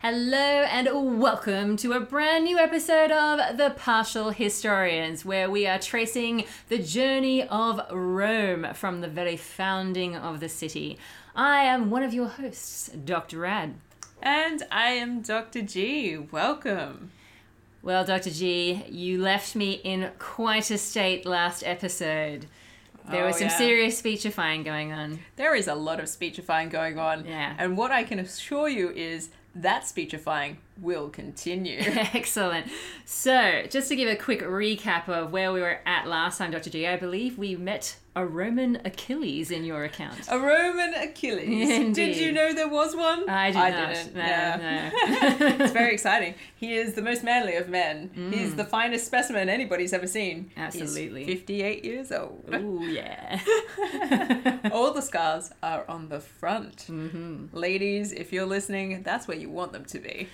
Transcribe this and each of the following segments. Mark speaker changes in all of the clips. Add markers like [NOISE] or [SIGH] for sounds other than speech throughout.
Speaker 1: Hello and welcome to a brand new episode of The Partial Historians, where we are tracing the journey of Rome from the very founding of the city. I am one of your hosts, Dr. Rad.
Speaker 2: And I am Dr. G. Welcome.
Speaker 1: Well, Dr. G, you left me in quite a state last episode. There
Speaker 2: Oh,
Speaker 1: was some
Speaker 2: yeah.
Speaker 1: serious speechifying going on.
Speaker 2: There is a lot of speechifying going on.
Speaker 1: Yeah.
Speaker 2: And what I can assure you is that speechifying will
Speaker 1: [LAUGHS]
Speaker 2: continue. [LAUGHS]
Speaker 1: Excellent. So, just to give a quick recap of where we were at last time, Dr. G, I believe we met a Roman Achilles in your account.
Speaker 2: a Roman Achilles. Did
Speaker 1: Indeed.
Speaker 2: you know there was one?
Speaker 1: I did not.
Speaker 2: didn't.
Speaker 1: No,
Speaker 2: yeah.
Speaker 1: no.
Speaker 2: [LAUGHS]
Speaker 1: Mm.
Speaker 2: it's very exciting. He is the most manly of men. He's the finest specimen anybody's ever seen. He's
Speaker 1: Absolutely.
Speaker 2: 58 years old.
Speaker 1: [LAUGHS]
Speaker 2: [LAUGHS]
Speaker 1: Ooh, yeah.
Speaker 2: All the scars are on the front.
Speaker 1: Mm-hmm.
Speaker 2: Ladies, if you're listening, that's where you want them to be.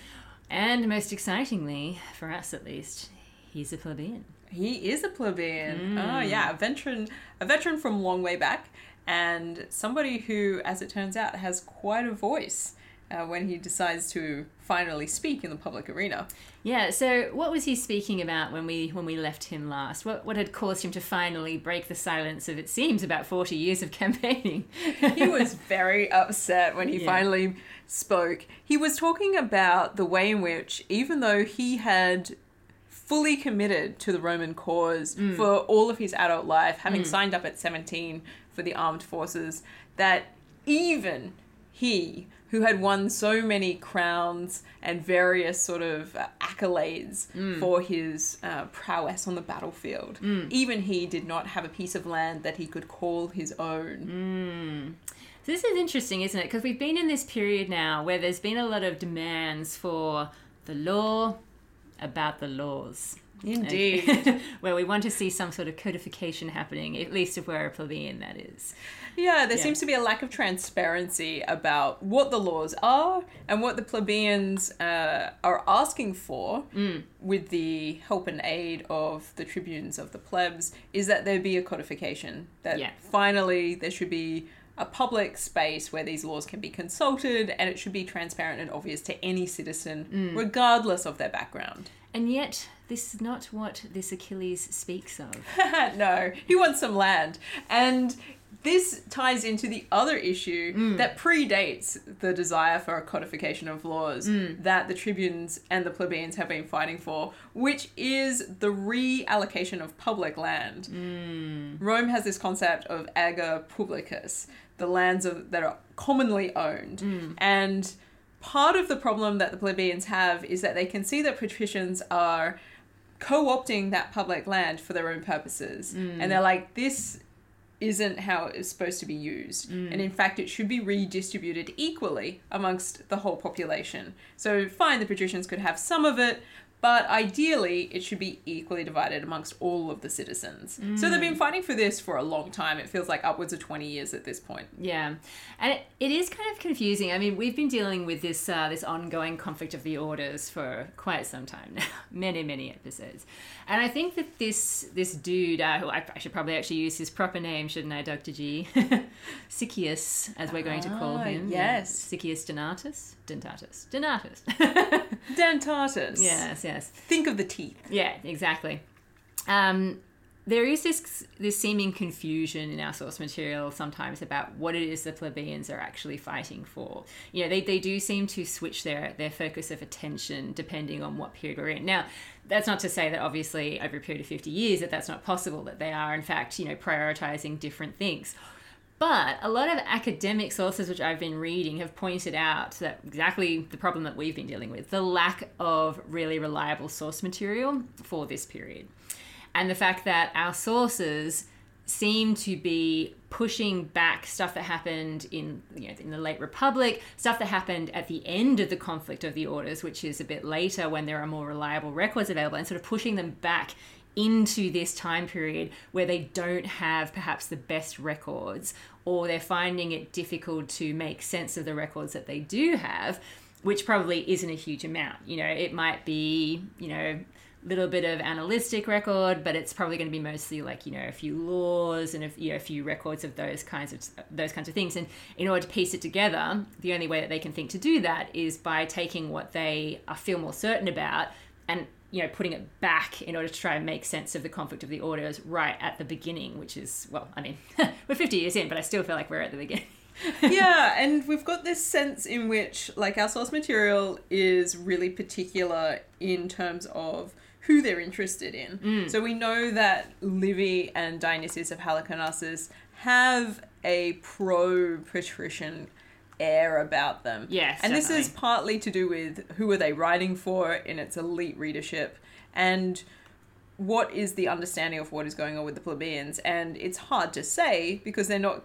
Speaker 1: and most excitingly, for us at least, he's a plebeian.
Speaker 2: He is a plebeian. Oh yeah, a veteran, a veteran from long way back, and somebody who, as it turns out, has quite a voice uh, when he decides to finally speak in the public arena.
Speaker 1: Yeah, so what was he speaking about when we when we left him last? What what had caused him to finally break the silence of it seems about 40 years of [LAUGHS]
Speaker 2: [LAUGHS]
Speaker 1: campaigning?
Speaker 2: He was very upset when he
Speaker 1: Yeah.
Speaker 2: finally spoke. He was talking about the way in which, even though he had fully committed to the Roman cause for all of his adult life, having signed up at 17 for the armed forces, that even he, who had won so many crowns and various sort of uh, accolades for his uh, prowess on the battlefield, even he did not have a piece of land that he could call his own.
Speaker 1: This is interesting, isn't it? Because we've been in this period now where there's been a lot of demands for the law about the laws.
Speaker 2: Indeed.
Speaker 1: [LAUGHS] where we want to see some sort of codification happening, at least if we're a plebeian, that is.
Speaker 2: yeah, there seems to be a lack of transparency about what the laws are and what the plebeians uh, are asking for with the help and aid of the tribunes of the plebs is that there be a codification. That
Speaker 1: Yeah.
Speaker 2: finally there should be a public space where these laws can be consulted and it should be transparent and obvious to any citizen, regardless of their background.
Speaker 1: And yet, this is not what this Achilles speaks of.
Speaker 2: [LAUGHS] no, he wants some land. And this ties into the other issue that predates the desire for a codification of laws that the tribunes and the plebeians have been fighting for, which is the reallocation of public land. Rome has this concept of ager publicus, the lands of, that are commonly owned. And part of the problem that the plebeians have is that they can see that patricians are co opting that public land for their own purposes. And they're like, this isn't how it's supposed to be used. And in fact, it should be redistributed equally amongst the whole population. So, fine, the patricians could have some of it, but ideally, it should be equally divided amongst all of the citizens. So, they've been fighting for this for a long time. It feels like upwards of 20 years at this point.
Speaker 1: Yeah, and it, it is kind of confusing. I mean, we've been dealing with this uh, this ongoing conflict of the orders for quite some time now, [LAUGHS] many many episodes, and I think that this this dude, uh, who I, I should probably actually use his proper name, shouldn't I, Doctor G, [LAUGHS] Sicius, as we're going to call
Speaker 2: Ah,
Speaker 1: him.
Speaker 2: yes.
Speaker 1: Sicius Donatus, Dentatus, Donatus. [LAUGHS]
Speaker 2: Dentatus.
Speaker 1: yes, yes.
Speaker 2: Think of the teeth.
Speaker 1: Yeah, exactly. Um, there is this this seeming confusion in our source material sometimes about what it is the plebeians are actually fighting for. You know, they, they do seem to switch their, their focus of attention depending on what period we're in. Now, that's not to say that obviously over a period of 50 years that that's not possible, that they are in fact, you know, prioritizing different things. But a lot of academic sources which I've been reading have pointed out that exactly the problem that we've been dealing with the lack of really reliable source material for this period. And the fact that our sources seem to be pushing back stuff that happened in you know in the late republic stuff that happened at the end of the conflict of the orders which is a bit later when there are more reliable records available and sort of pushing them back into this time period where they don't have perhaps the best records or they're finding it difficult to make sense of the records that they do have which probably isn't a huge amount you know it might be you know little bit of analytic record, but it's probably going to be mostly like you know a few laws and a, you know, a few records of those kinds of those kinds of things. And in order to piece it together, the only way that they can think to do that is by taking what they are feel more certain about and you know putting it back in order to try and make sense of the conflict of the orders right at the beginning, which is well, I mean, [LAUGHS] we're fifty years in, but I still feel like we're at the beginning. [LAUGHS]
Speaker 2: yeah, and we've got this sense in which, like, our source material is really particular in terms of who they're interested in.
Speaker 1: Mm.
Speaker 2: So we know that Livy and Dionysius of Halicarnassus have a pro patrician air about them.
Speaker 1: Yes,
Speaker 2: And this is
Speaker 1: definitely.
Speaker 2: partly to do with who are they writing for in its elite readership and what is the understanding of what is going on with the plebeians and it's hard to say because they're not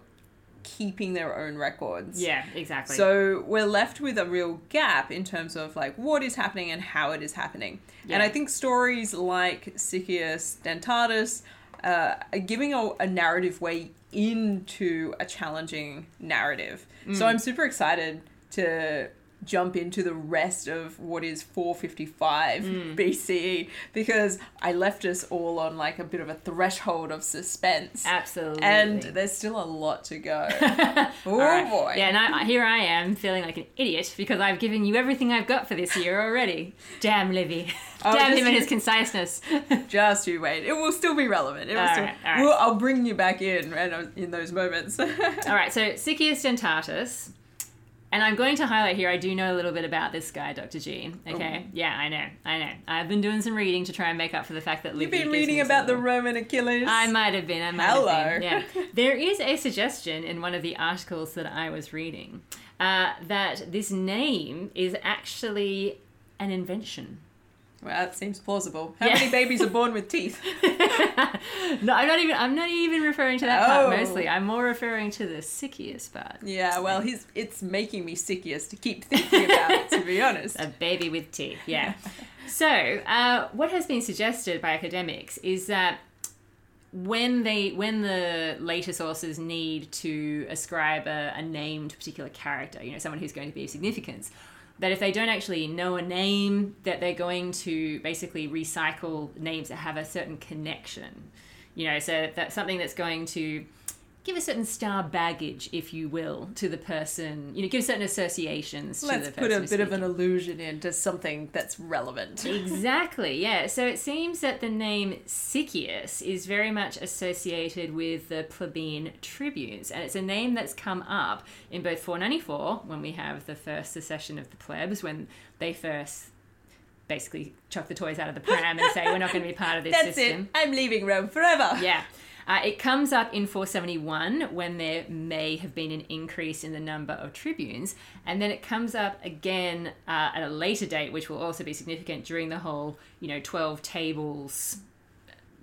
Speaker 2: keeping their own records.
Speaker 1: Yeah, exactly.
Speaker 2: So we're left with a real gap in terms of like what is happening and how it is happening. And
Speaker 1: Yeah.
Speaker 2: I think stories like Sycius Dentatus uh, are giving a, a narrative way into a challenging narrative. So
Speaker 1: Mm.
Speaker 2: I'm super excited to jump into the rest of what is 455
Speaker 1: Mm.
Speaker 2: [LAUGHS] BCE because I left us all on like a bit of a threshold of suspense.
Speaker 1: absolutely.
Speaker 2: And there's still a lot to go. oh
Speaker 1: [LAUGHS] All right.
Speaker 2: boy.
Speaker 1: Yeah, and I, here I am feeling like an idiot because I've given you everything I've got for this year already. Damn Livy. [LAUGHS]
Speaker 2: Oh,
Speaker 1: Damn
Speaker 2: just
Speaker 1: him and his
Speaker 2: you-
Speaker 1: conciseness. [LAUGHS]
Speaker 2: Just you wait. It will still be relevant. It will
Speaker 1: All
Speaker 2: still,
Speaker 1: right, all right.
Speaker 2: We'll, I'll bring you back in right, uh, in those moments. [LAUGHS]
Speaker 1: All right, so Sycius Dentatus. And I'm going to highlight here, I do know a little bit about this guy, Dr. G. Okay?
Speaker 2: Oh.
Speaker 1: Yeah, I know. I know. I've been doing some reading to try and make up for the fact that
Speaker 2: You've
Speaker 1: Livy
Speaker 2: been
Speaker 1: gives
Speaker 2: reading
Speaker 1: me
Speaker 2: about the
Speaker 1: some-
Speaker 2: Roman Achilles.
Speaker 1: I might have been. I might
Speaker 2: Hello.
Speaker 1: have been.
Speaker 2: [LAUGHS]
Speaker 1: Yeah. There is a suggestion in one of the articles that I was reading uh, that this name is actually an invention. [LAUGHS]
Speaker 2: well, that seems plausible. How
Speaker 1: Yeah.
Speaker 2: many babies are
Speaker 1: [LAUGHS]
Speaker 2: born with teeth?
Speaker 1: no, I'm not even. I'm not even referring to that
Speaker 2: Oh.
Speaker 1: part mostly. I'm more referring to the sickiest part.
Speaker 2: Yeah, well, he's, it's making me sickiest to keep thinking about it, to be honest.
Speaker 1: A baby with teeth. Yeah. [LAUGHS] so, uh, what has been suggested by academics is that when they when the later sources need to ascribe a, a name to a particular character, you know, someone who's going to be of significance, that if they don't actually know a name, that they're going to basically recycle names that have a certain connection. You know, so that's something that's going to give a certain star baggage, if you will, to the person. You know, give certain associations.
Speaker 2: Let's
Speaker 1: to the
Speaker 2: put
Speaker 1: person
Speaker 2: a
Speaker 1: who's
Speaker 2: bit of
Speaker 1: speaking.
Speaker 2: an allusion into something that's relevant.
Speaker 1: Exactly, yeah. So it seems that the name Sycius is very much associated with the plebeian tribunes, and it's a name that's come up in both 494, when we have the first secession of the plebs, when they first basically chuck the toys out of the pram and say, we're not going to be part of this
Speaker 2: [LAUGHS] That's
Speaker 1: system.
Speaker 2: it. I'm leaving Rome forever.
Speaker 1: Yeah. Uh, it comes up in 471 when there may have been an increase in the number of tribunes. And then it comes up again uh, at a later date, which will also be significant during the whole, you know, 12 tables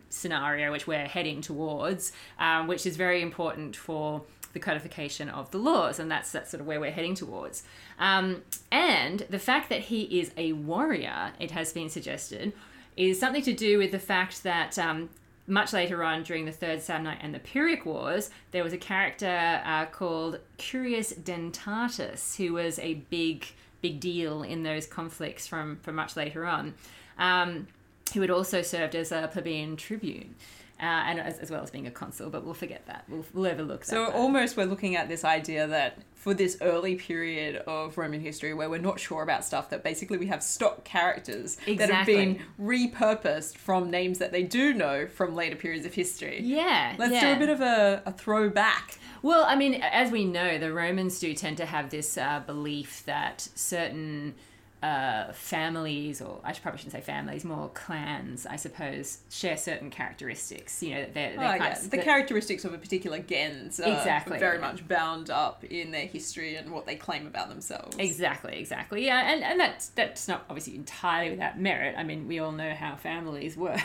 Speaker 1: scenario which we're heading towards, um, which is very important for the codification of the laws, and that's that's sort of where we're heading towards. Um, and the fact that he is a warrior, it has been suggested, is something to do with the fact that. Um, much later on, during the Third Samnite and the Pyrrhic Wars, there was a character uh, called Curius Dentatus, who was a big, big deal in those conflicts from, from much later on. Um, who had also served as a plebeian tribune, uh, and as, as well as being a consul. But we'll forget that. We'll, we'll overlook that.
Speaker 2: So
Speaker 1: part.
Speaker 2: almost we're looking at this idea that for this early period of Roman history where we're not sure about stuff, that basically we have stock characters that have been repurposed from names that they do know from later periods of history.
Speaker 1: yeah,
Speaker 2: Let's
Speaker 1: yeah.
Speaker 2: do a bit of a, a throwback.
Speaker 1: Well, I mean, as we know, the Romans do tend to have this uh, belief that certain uh, families, or I should probably shouldn't say families, more clans, I suppose, share certain characteristics. You know, that they're, they're
Speaker 2: Oh,
Speaker 1: kind
Speaker 2: yeah.
Speaker 1: of-
Speaker 2: The
Speaker 1: that-
Speaker 2: characteristics of a particular gens are
Speaker 1: Exactly,
Speaker 2: very
Speaker 1: yeah.
Speaker 2: much bound up in their history and what they claim about themselves.
Speaker 1: Exactly, exactly. Yeah, and, and that's that's not obviously entirely without merit. I mean, we all know how families [LAUGHS] work.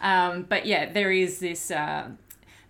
Speaker 1: Um, but yeah, there is this. Uh,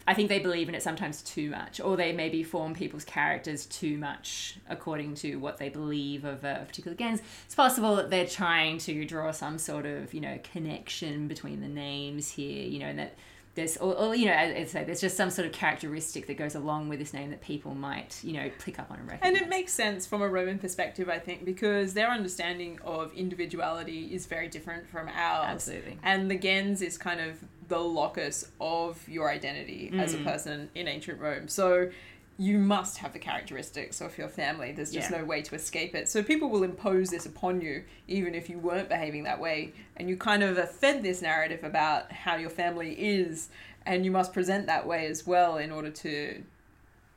Speaker 1: I think they believe in it sometimes too much, or they maybe form people's characters too much according to what they believe of a particular gens. It's possible that they're trying to draw some sort of you know connection between the names here, you know, and that there's or, or you know as I say there's just some sort of characteristic that goes along with this name that people might you know pick up on and recognize.
Speaker 2: And it makes sense from a Roman perspective, I think, because their understanding of individuality is very different from ours.
Speaker 1: absolutely
Speaker 2: And the gens is kind of the locus of your identity as a
Speaker 1: Mm.
Speaker 2: person in ancient Rome. So you must have the characteristics of your family. There's just
Speaker 1: Yeah.
Speaker 2: no way to escape it. So people will impose this upon you, even if you weren't behaving that way. And you kind of are fed this narrative about how your family is, and you must present that way as well in order to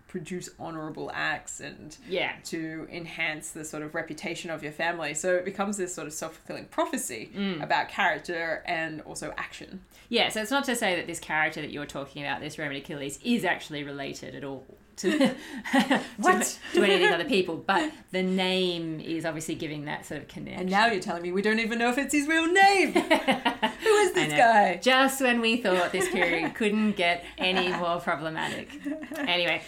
Speaker 2: produce honorable acts and
Speaker 1: yeah
Speaker 2: to enhance the sort of reputation of your family. So it becomes this sort of self fulfilling prophecy
Speaker 1: Mm.
Speaker 2: about character and also action.
Speaker 1: yeah so it's not to say that this character that you're talking about this Roman Achilles is actually related at all
Speaker 2: [LAUGHS]
Speaker 1: [LAUGHS] to
Speaker 2: What?
Speaker 1: to, to any of these
Speaker 2: [LAUGHS]
Speaker 1: other people but the name is obviously giving that sort of connection
Speaker 2: And now you're telling me we don't even know if it's his real
Speaker 1: [LAUGHS]
Speaker 2: name. Who is
Speaker 1: I
Speaker 2: this
Speaker 1: know.
Speaker 2: guy?
Speaker 1: Just when we thought
Speaker 2: [LAUGHS]
Speaker 1: this period couldn't get any more problematic. Anyway,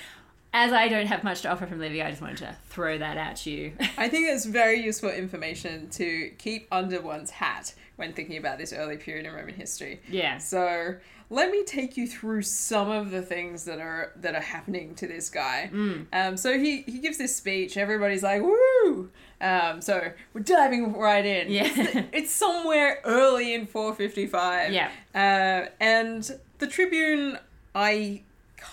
Speaker 1: as I don't have much to offer from Livy, I just wanted to throw that at
Speaker 2: [LAUGHS]
Speaker 1: you.
Speaker 2: I think it's very useful information to keep under one's hat when thinking about this early period in Roman history.
Speaker 1: yeah.
Speaker 2: So let me take you through some of the things that are that are happening to this guy.
Speaker 1: Mm.
Speaker 2: Um, so he he gives this speech. Everybody's like, "Woo!" Um, so we're diving right in.
Speaker 1: [LAUGHS] Yeah.
Speaker 2: [LAUGHS] it's somewhere early in 455.
Speaker 1: Yeah.
Speaker 2: Uh, and the Tribune, I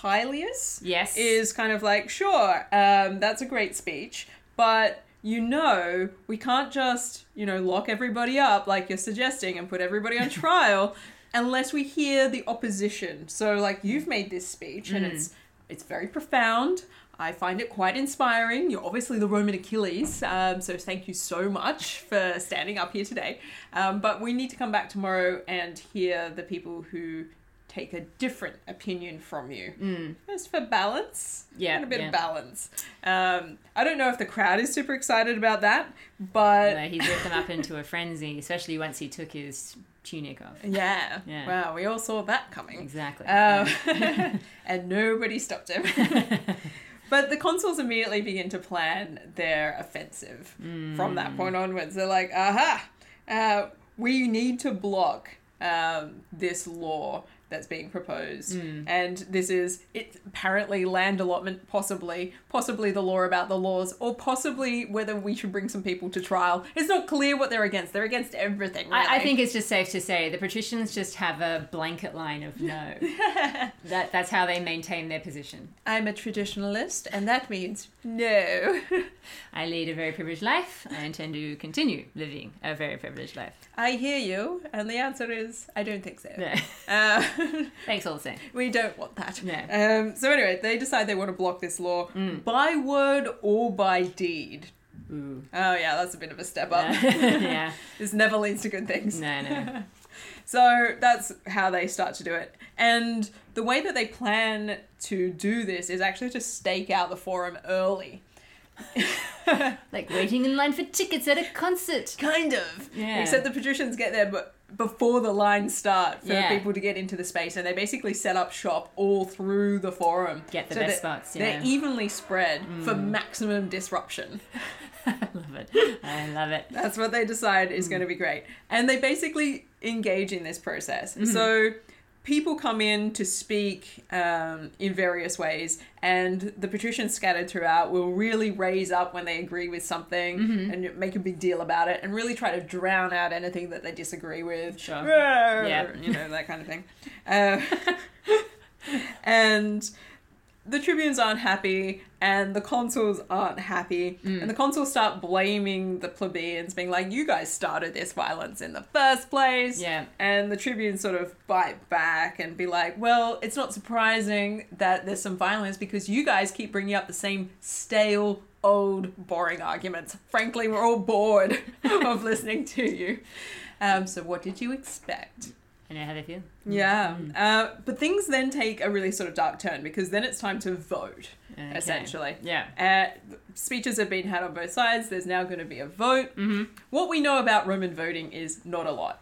Speaker 2: Caelius
Speaker 1: Yes.
Speaker 2: is kind of like, sure, um, that's a great speech, but you know, we can't just, you know, lock everybody up like you're suggesting and put everybody on trial unless we hear the opposition. So, like, you've made this speech and it's it's very profound. I find it quite inspiring. You're obviously the Roman Achilles, um, so thank you so much for standing up here today. Um, but we need to come back tomorrow and hear the people who take a different opinion from you. Just for balance.
Speaker 1: Yeah,
Speaker 2: And a bit
Speaker 1: yeah.
Speaker 2: of balance. Um, I don't know if the crowd is super excited about that, but
Speaker 1: Where he whipped them up into a frenzy, especially once he took his tunic off.
Speaker 2: yeah.
Speaker 1: Yeah.
Speaker 2: Wow, we all saw that coming.
Speaker 1: Exactly.
Speaker 2: Um, [LAUGHS] and nobody stopped
Speaker 1: [LAUGHS]
Speaker 2: him. but the consuls immediately begin to plan their offensive from
Speaker 1: Mm.
Speaker 2: that point onwards. They're like, aha, uh, we need to block um, this law that's being proposed.
Speaker 1: Mm.
Speaker 2: And this is it's apparently land allotment, possibly, possibly the law about the laws, or possibly whether we should bring some people to trial. It's not clear what they're against. They're against everything. Really.
Speaker 1: I, I think it's just safe to say the patricians just have a blanket line of no. that that's how they maintain their position.
Speaker 2: I'm a traditionalist, and that means no. [LAUGHS]
Speaker 1: I lead a very privileged life. I intend to continue living a very privileged life.
Speaker 2: I hear you, and the answer is I don't think so.
Speaker 1: No.
Speaker 2: Uh,
Speaker 1: [LAUGHS]
Speaker 2: [LAUGHS]
Speaker 1: Thanks all the same.
Speaker 2: we don't want that.
Speaker 1: No. Mm.
Speaker 2: Um, so anyway, they decide they want to block this law by word or by deed.
Speaker 1: Ooh.
Speaker 2: Oh yeah, that's a bit of a step up.
Speaker 1: Uh, [LAUGHS] yeah.
Speaker 2: [LAUGHS] this never leads to good things.
Speaker 1: No, no.
Speaker 2: So that's how they start to do it. And the way that they plan to do this is actually to stake out the forum early.
Speaker 1: Like waiting in line for tickets at a concert. [LAUGHS]
Speaker 2: Kind of.
Speaker 1: Yeah.
Speaker 2: Except the patricians get there but before the lines start for
Speaker 1: Yeah.
Speaker 2: people to get into the space and they basically set up shop all through the forum.
Speaker 1: Get the
Speaker 2: So
Speaker 1: best
Speaker 2: that
Speaker 1: spots,
Speaker 2: They're
Speaker 1: yeah. Mm.
Speaker 2: evenly spread for maximum disruption.
Speaker 1: I love it. I love it.
Speaker 2: That's what they decide is going to be great. And they basically engage in this process. So people come in to speak um, in various ways, and the patricians scattered throughout will really raise up when they agree with something and make a big deal about it and really try to drown out anything that they disagree with.
Speaker 1: Sure.
Speaker 2: Roar,
Speaker 1: Yeah.
Speaker 2: You know, that kind of thing. Uh, [LAUGHS] and the tribunes aren't happy and the consuls aren't happy and the consuls start blaming the plebeians being like you guys started this violence in the first place
Speaker 1: Yeah.
Speaker 2: and the tribunes sort of bite back and be like well it's not surprising that there's some violence because you guys keep bringing up the same stale old boring arguments frankly we're all bored [LAUGHS] of listening to you um, so what did you expect
Speaker 1: I know how they feel.
Speaker 2: yeah.
Speaker 1: Mm.
Speaker 2: Uh, but things then take a really sort of dark turn because then it's time to vote,
Speaker 1: Okay.
Speaker 2: essentially.
Speaker 1: Yeah.
Speaker 2: Uh, speeches have been had on both sides. There's now going to be a vote.
Speaker 1: Mm-hmm.
Speaker 2: What we know about Roman voting is not a lot.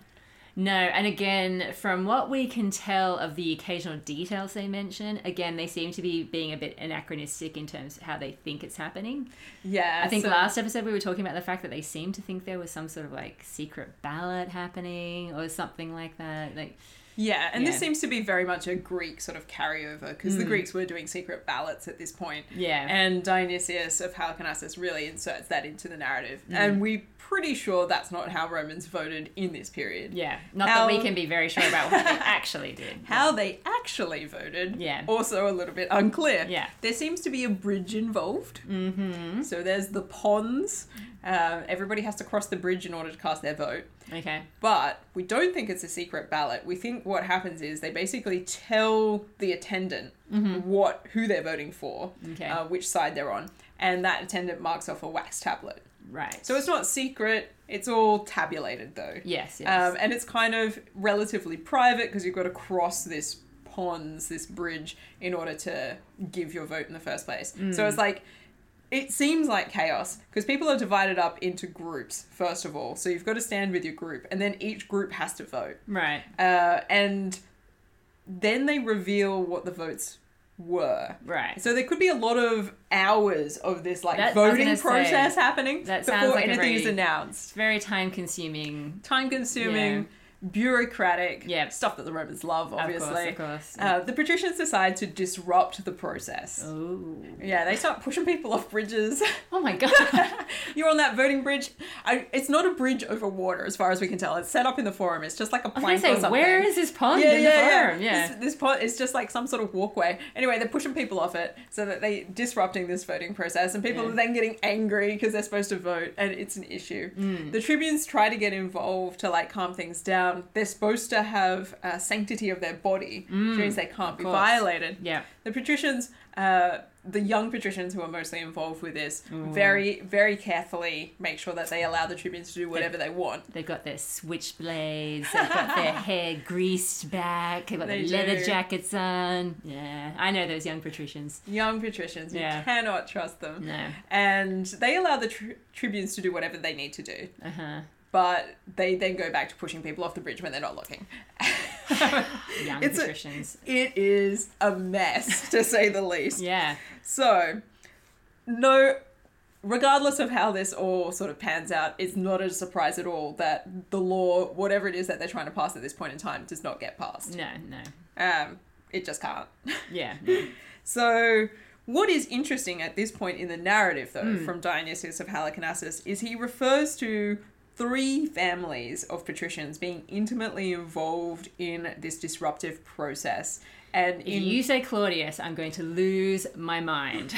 Speaker 1: No, and again, from what we can tell of the occasional details they mention, again, they seem to be being a bit anachronistic in terms of how they think it's happening.
Speaker 2: Yeah.
Speaker 1: I think
Speaker 2: so-
Speaker 1: last episode we were talking about the fact that they seem to think there was some sort of like secret ballot happening or something like that. Like,
Speaker 2: Yeah, and
Speaker 1: Yeah. Mm.
Speaker 2: this seems to be very much a Greek sort of carryover because the Greeks were doing secret ballots at this point.
Speaker 1: Yeah.
Speaker 2: And Dionysius of Halicarnassus really inserts that into the narrative.
Speaker 1: Mm.
Speaker 2: And we're pretty sure that's not how Romans voted in this period.
Speaker 1: yeah. Not
Speaker 2: How-
Speaker 1: that we can be very sure about what
Speaker 2: [LAUGHS]
Speaker 1: they actually did.
Speaker 2: How they actually voted,
Speaker 1: Yeah.
Speaker 2: also a little bit unclear.
Speaker 1: Yeah.
Speaker 2: There seems to be a bridge involved. Mm-hmm. So there's the ponds. Um, everybody has to cross the bridge in order to cast their vote.
Speaker 1: Okay.
Speaker 2: But we don't think it's a secret ballot. We think what happens is they basically tell the attendant what who they're voting for,
Speaker 1: Mm-hmm. Okay.
Speaker 2: uh, which side they're on, and that attendant marks off a wax tablet.
Speaker 1: Right.
Speaker 2: So it's not secret. It's all tabulated though.
Speaker 1: yes. Yes.
Speaker 2: Um, and it's kind of relatively private because you've got to cross this ponds, this bridge, in order to give your vote in the first place.
Speaker 1: Mm.
Speaker 2: So it's like, it seems like chaos because people are divided up into groups, first of all. So you've got to stand with your group, and then each group has to vote.
Speaker 1: right.
Speaker 2: Uh, and then they reveal what the votes were.
Speaker 1: Right.
Speaker 2: So there could be a lot of hours of this like
Speaker 1: That- I was
Speaker 2: voting
Speaker 1: gonna say,
Speaker 2: process happening
Speaker 1: that sounds
Speaker 2: before
Speaker 1: like a
Speaker 2: anything is
Speaker 1: very-
Speaker 2: announced
Speaker 1: It's very time consuming.
Speaker 2: time consuming, bureaucratic
Speaker 1: Yeah.
Speaker 2: stuff that the Romans love, obviously.
Speaker 1: Of course. Of course.
Speaker 2: Uh, the patricians decide to disrupt the process.
Speaker 1: oh.
Speaker 2: Yeah, they start pushing people off bridges. [LAUGHS]
Speaker 1: Oh my god.
Speaker 2: You're on that voting bridge. I, it's not a bridge over water, as far as we can tell. It's set up in the forum. It's just like
Speaker 1: I
Speaker 2: a
Speaker 1: was
Speaker 2: plank
Speaker 1: gonna
Speaker 2: or
Speaker 1: say,
Speaker 2: something.
Speaker 1: where is this pond
Speaker 2: yeah,
Speaker 1: in
Speaker 2: yeah,
Speaker 1: the farm? Yeah.
Speaker 2: This, this pot is just like some sort of walkway. Anyway, they're pushing people off it so that they disrupting this voting process, and people
Speaker 1: Yeah.
Speaker 2: are then getting angry because they're supposed to vote, and it's an issue.
Speaker 1: Mm.
Speaker 2: The tribunes try to get involved to like calm things down. They're supposed to have uh, sanctity of their body, which means they can't be
Speaker 1: Mm. course.
Speaker 2: violated.
Speaker 1: yeah.
Speaker 2: The patricians, uh, the young patricians who are mostly involved with this, very, very carefully make sure that they allow the tribunes to do whatever they want.
Speaker 1: They've got their switchblades. They've got [LAUGHS] their hair greased back. They've got
Speaker 2: They
Speaker 1: their leather
Speaker 2: do.
Speaker 1: jackets on. Yeah, I know those young patricians.
Speaker 2: Young patricians,
Speaker 1: Yeah.
Speaker 2: you cannot trust them.
Speaker 1: No,
Speaker 2: and they allow the tri- tribunes to do whatever they need to do
Speaker 1: uh huh.
Speaker 2: but they then go back to pushing people off the bridge when they're not looking
Speaker 1: Young
Speaker 2: It's a-
Speaker 1: patricians.
Speaker 2: it is a mess [LAUGHS] to say the least
Speaker 1: Yeah.
Speaker 2: so no regardless of how this all sort of pans out it's not a surprise at all that the law whatever it is that they're trying to pass at this point in time does not get passed
Speaker 1: No, no.
Speaker 2: um, it just can't
Speaker 1: Yeah. no.
Speaker 2: So, what is interesting at this point in the narrative, though,
Speaker 1: Hmm.
Speaker 2: from Dionysius of Halicarnassus, is he refers to three families of patricians being intimately involved in this disruptive process. And
Speaker 1: If
Speaker 2: in.
Speaker 1: you say Claudius, I'm going to lose my mind.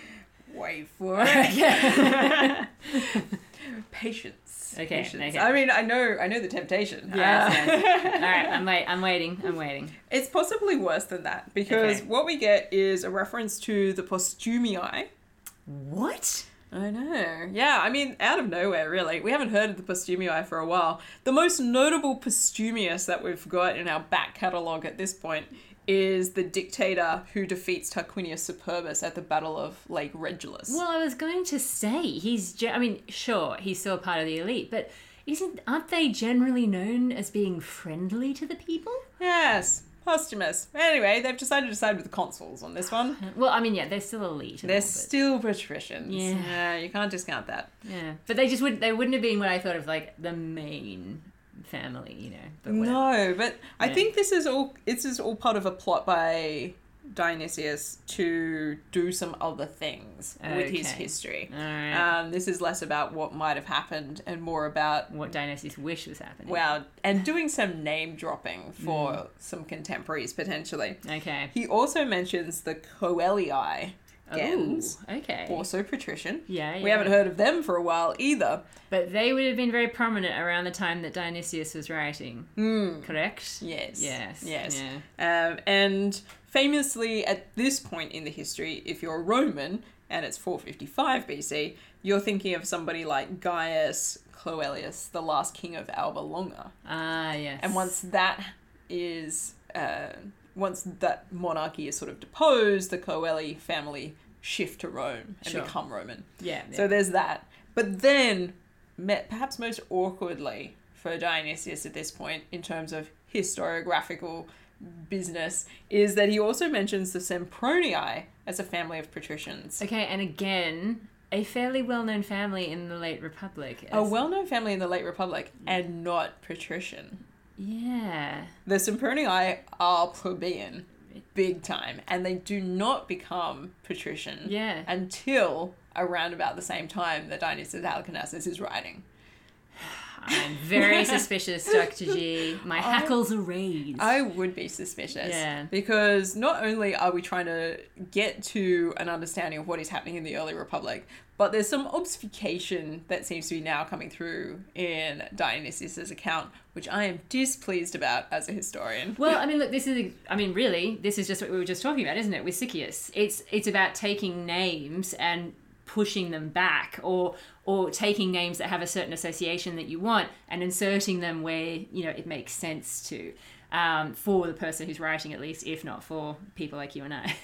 Speaker 1: [LAUGHS]
Speaker 2: Wait for it.
Speaker 1: yeah.
Speaker 2: [LAUGHS] Patience.
Speaker 1: Okay,
Speaker 2: Patience.
Speaker 1: okay.
Speaker 2: I mean, I know, I know the temptation. Uh,
Speaker 1: yes, yes. All right, I'm wait. I'm waiting. I'm waiting.
Speaker 2: It's possibly worse than that because
Speaker 1: Okay.
Speaker 2: what we get is a reference to the posthumii,
Speaker 1: What?
Speaker 2: I know. Yeah, I mean, out of nowhere, really. We haven't heard of the Postumii for a while. The most notable Postumius that we've got in our back catalogue at this point is the dictator who defeats Tarquinius Superbus at the Battle of Lake Regillus.
Speaker 1: Well, I was going to say he's. Ge- I mean, sure, he's still part of the elite, but isn't aren't they generally known as being friendly to the people?
Speaker 2: Yes, Postumus. Anyway, they've decided to side with the consuls on this one.
Speaker 1: Well, I mean, yeah, they're still elite. and
Speaker 2: They're
Speaker 1: all, but-
Speaker 2: still patricians.
Speaker 1: Yeah.
Speaker 2: yeah, you can't discount that.
Speaker 1: yeah, but they just wouldn't. They wouldn't have been what I thought of like the main family, you know. But whatever.
Speaker 2: No, but I
Speaker 1: Yeah.
Speaker 2: think this is all this is all part of a plot by Dionysius to do some other things with his
Speaker 1: Okay.
Speaker 2: history.
Speaker 1: All right.
Speaker 2: Um, this is less about what might have happened and more about
Speaker 1: what Dionysus' wish was happening.
Speaker 2: wow and doing some name dropping for
Speaker 1: Mm.
Speaker 2: some contemporaries potentially.
Speaker 1: Okay.
Speaker 2: He also mentions the Coelii,
Speaker 1: Oh,
Speaker 2: Gens,
Speaker 1: okay.
Speaker 2: also patrician.
Speaker 1: Yeah, yeah.
Speaker 2: We haven't heard of them for a while either.
Speaker 1: But they would have been very prominent around the time that Dionysius was writing. Correct?
Speaker 2: Mm. Hmm. Yes.
Speaker 1: Yes.
Speaker 2: Yes.
Speaker 1: Yeah.
Speaker 2: Um, and famously, at this point in the history, if you're a Roman and it's 455 BC, you're thinking of somebody like Gaius Cloelius, the last king of Alba Longa.
Speaker 1: Ah, yes.
Speaker 2: And once that is, uh, once that monarchy is sort of deposed, the Coeli family shift to Rome and
Speaker 1: Sure.
Speaker 2: become Roman.
Speaker 1: Yeah.
Speaker 2: So there's that. But then, met perhaps most awkwardly for Dionysius at this point, in terms of historiographical business, is that he also mentions the Sempronii as a family of patricians.
Speaker 1: Okay, and again, a fairly well known family in the late Republic.
Speaker 2: A
Speaker 1: as- Mm.
Speaker 2: well known family in the late Republic and not patrician.
Speaker 1: Yeah.
Speaker 2: The Semproniae are plebeian, big time, and they do not become patrician
Speaker 1: Yeah.
Speaker 2: until around about the same time that Dionysius Halicarnassus is writing.
Speaker 1: I'm very suspicious, Dr. G. My hackles are raised.
Speaker 2: I would be suspicious.
Speaker 1: Yeah.
Speaker 2: Because not only are we trying to get to an understanding of what is happening in the early republic, but there's some obfuscation that seems to be now coming through in Dionysius's account, which I am displeased about as a historian.
Speaker 1: Well, I mean, look, this is, a- I mean, really, this is just what we were just talking about, isn't it? With Sycius, it's it's about taking names and pushing them back, or or taking names that have a certain association that you want and inserting them where you know it makes sense to. Um, for the person who's writing, at least, if not for people like you and I.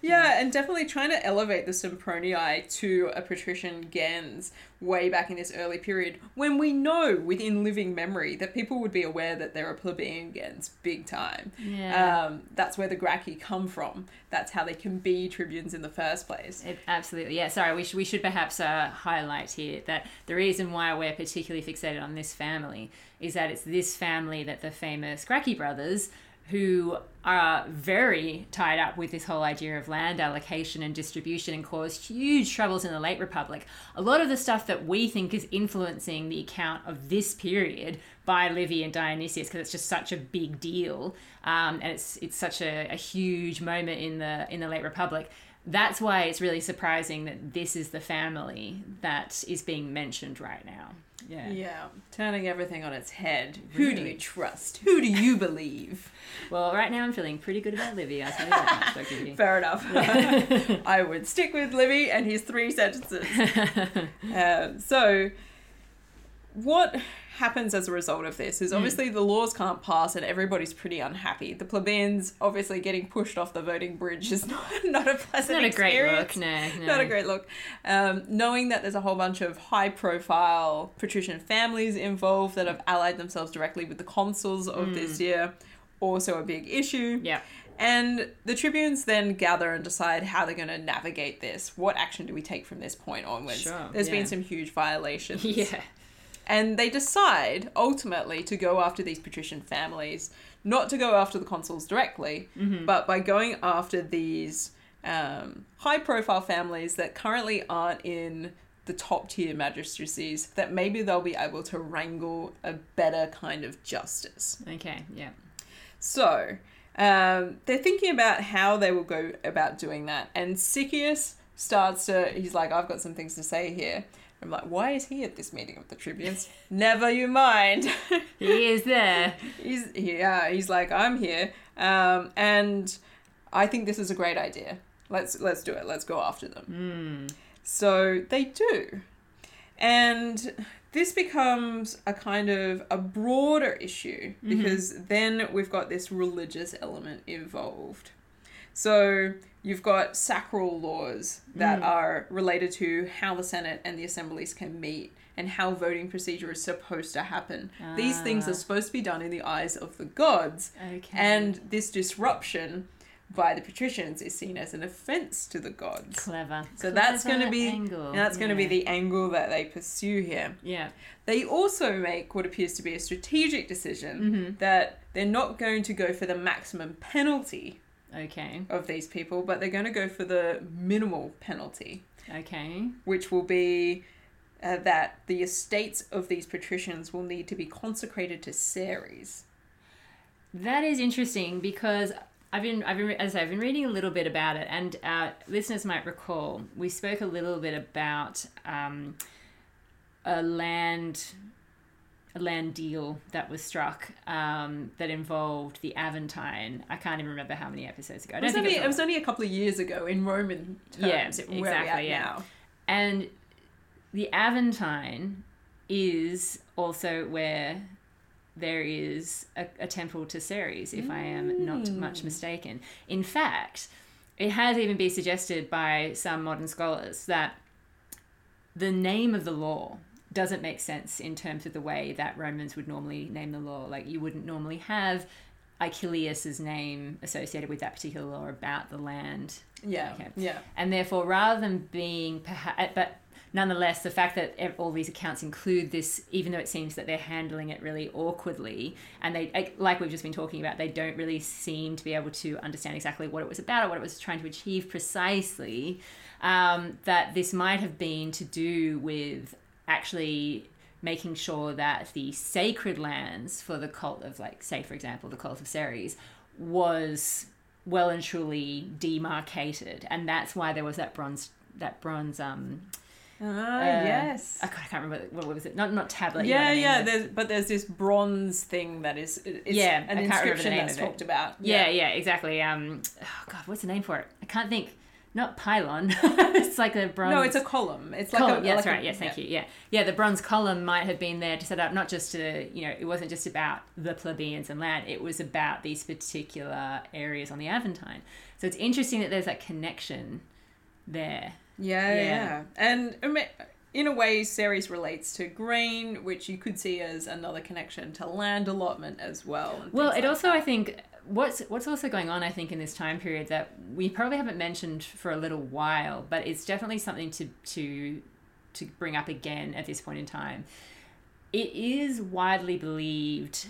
Speaker 2: Yeah, and definitely trying to elevate the Semproniae to a patrician gens way back in this early period when we know within living memory that people would be aware that there are plebeian gens big time.
Speaker 1: [LAUGHS] Yeah.
Speaker 2: Um, that's where the Gracchi come from. That's how they can be tribunes in the first place.
Speaker 1: It- absolutely, yeah. Sorry, we, sh- we should perhaps uh, highlight here that the reason why we're particularly fixated on this family is that it's this family that the famous Gracchi brothers, who are very tied up with this whole idea of land allocation and distribution and caused huge troubles in the late Republic. A lot of the stuff that we think is influencing the account of this period by Livy and Dionysius because it's just such a big deal um, and it's it's such a, a huge moment in the in the late Republic that's why it's really surprising that this is the family that is being mentioned right now. Yeah.
Speaker 2: Yeah, turning everything on its head. Who do
Speaker 1: Really?
Speaker 2: you trust? Who do [LAUGHS] you believe?
Speaker 1: Well, right now I'm feeling pretty good about Livy. I'll tell you that
Speaker 2: [LAUGHS]
Speaker 1: much, Dr. G.
Speaker 2: Fair enough. [LAUGHS] I would stick with Livy and his three [LAUGHS] sentences. um, so, what happens as a result of this is obviously the laws can't pass and everybody's pretty unhappy. The plebeians, obviously, getting pushed off the voting bridge is [LAUGHS] not, not a
Speaker 1: It's
Speaker 2: pleasant
Speaker 1: not a great look.
Speaker 2: experience.
Speaker 1: No, no.
Speaker 2: Not a great look. Um, knowing that there's a whole bunch of high profile patrician families involved that have allied themselves directly with the consuls of this year, also a big issue.
Speaker 1: Hmm. Yeah.
Speaker 2: And the tribunes then gather and decide how they're going to navigate this. What action do we take from this point onwards?
Speaker 1: Sure,
Speaker 2: There's
Speaker 1: yeah.
Speaker 2: been some huge
Speaker 1: [LAUGHS]
Speaker 2: violations.
Speaker 1: Yeah.
Speaker 2: And they decide ultimately to go after these patrician families, not to go after the consuls directly, but by going after these um, high profile families that currently aren't in the top tier magistracies, that maybe they'll be able to wrangle a better kind of justice.
Speaker 1: Okay. Yeah.
Speaker 2: So, um, they're thinking about how they will go about doing that. And Sycius starts to, he's like, I've got some things to say here. I'm like, why is he at this meeting of the tribunes? Never you mind. [LAUGHS]
Speaker 1: He is there.
Speaker 2: he's, yeah, he's like, I'm here. Um, and I think this is a great idea. Let's, let's do it. Let's go after them.
Speaker 1: Hmm.
Speaker 2: So they do. And this becomes a kind of a broader issue
Speaker 1: Mm-hmm.
Speaker 2: because then we've got this religious element involved. So you've got sacral laws
Speaker 1: Mm.
Speaker 2: that are related to how the Senate and the assemblies can meet and how voting procedure is supposed to happen. These things
Speaker 1: Ah.
Speaker 2: are supposed to be done in the eyes of the gods.
Speaker 1: Okay.
Speaker 2: And this disruption by the patricians is seen as an offense to the gods.
Speaker 1: clever.
Speaker 2: So that's
Speaker 1: Clever
Speaker 2: going to be
Speaker 1: angle.
Speaker 2: that's going to be
Speaker 1: Yeah.
Speaker 2: the angle that they pursue here.
Speaker 1: yeah.
Speaker 2: They also make what appears to be a strategic decision
Speaker 1: Mm-hmm.
Speaker 2: that they're not going to go for the maximum penalty
Speaker 1: Okay.
Speaker 2: of these people, but they're going to go for the minimal penalty,
Speaker 1: Okay.
Speaker 2: which will be uh, that the estates of these patricians will need to be consecrated to Ceres.
Speaker 1: That is interesting because I've been, I've been, as I say, I've been reading a little bit about it, and uh, listeners might recall we spoke a little bit about um, a land, a land deal that was struck um, that involved the Aventine. I can't even remember how many episodes ago. I
Speaker 2: It
Speaker 1: don't
Speaker 2: was,
Speaker 1: think
Speaker 2: only,
Speaker 1: it was a
Speaker 2: it was only a couple of years ago in Roman
Speaker 1: Yeah,
Speaker 2: terms.
Speaker 1: exactly,
Speaker 2: Where are we at
Speaker 1: yeah.
Speaker 2: now?
Speaker 1: And the Aventine is also where there is a, a temple to Ceres, if I am not much mistaken. In fact, it has even been suggested by some modern scholars that the name of the law doesn't make sense in terms of the way that Romans would normally name the law. Like you wouldn't normally have Achilleus's name associated with that particular law about the land
Speaker 2: Yeah,
Speaker 1: Okay.
Speaker 2: yeah.
Speaker 1: and therefore rather than being perhaps eh, but nonetheless, the fact that ev- all these accounts include this, even though it seems that they're handling it really awkwardly, and they, eh, like we've just been talking about, they don't really seem to be able to understand exactly what it was about or what it was trying to achieve precisely, um, that this might have been to do with actually making sure that the sacred lands for the cult of like say for example the cult of ceres was well and truly demarcated and that's why there was that bronze that bronze um
Speaker 2: Ah,
Speaker 1: uh,
Speaker 2: yes.
Speaker 1: I can't, I can't remember what, what was it not not tablet you know what
Speaker 2: yeah,
Speaker 1: I mean,
Speaker 2: yeah.
Speaker 1: but-
Speaker 2: There's, but there's this bronze thing that is it's
Speaker 1: Yeah,
Speaker 2: an
Speaker 1: I can't remember the
Speaker 2: inscription
Speaker 1: name
Speaker 2: that's
Speaker 1: of it.
Speaker 2: talked about.
Speaker 1: yeah yeah exactly um oh god what's the name for it i can't think not pylon [LAUGHS] it's like a bronze
Speaker 2: No, it's a column. It's like
Speaker 1: column.
Speaker 2: a
Speaker 1: yeah, that's
Speaker 2: like a-
Speaker 1: right. Yes, thank you. Yeah, yeah. The bronze column might have been there to set up not just to you know it wasn't just about the plebeians and land. It was about these particular areas on the Aventine. So it's interesting that there's that connection there.
Speaker 2: Yeah,
Speaker 1: Yeah.
Speaker 2: yeah. And I mean, in a way, Ceres relates to grain, which you could see as another connection to land allotment as well. and
Speaker 1: Well,
Speaker 2: things
Speaker 1: it
Speaker 2: like
Speaker 1: also I think what's what's also going on I think in this time period that we probably haven't mentioned for a little while, but it's definitely something to to to bring up again at this point in time. It is widely believed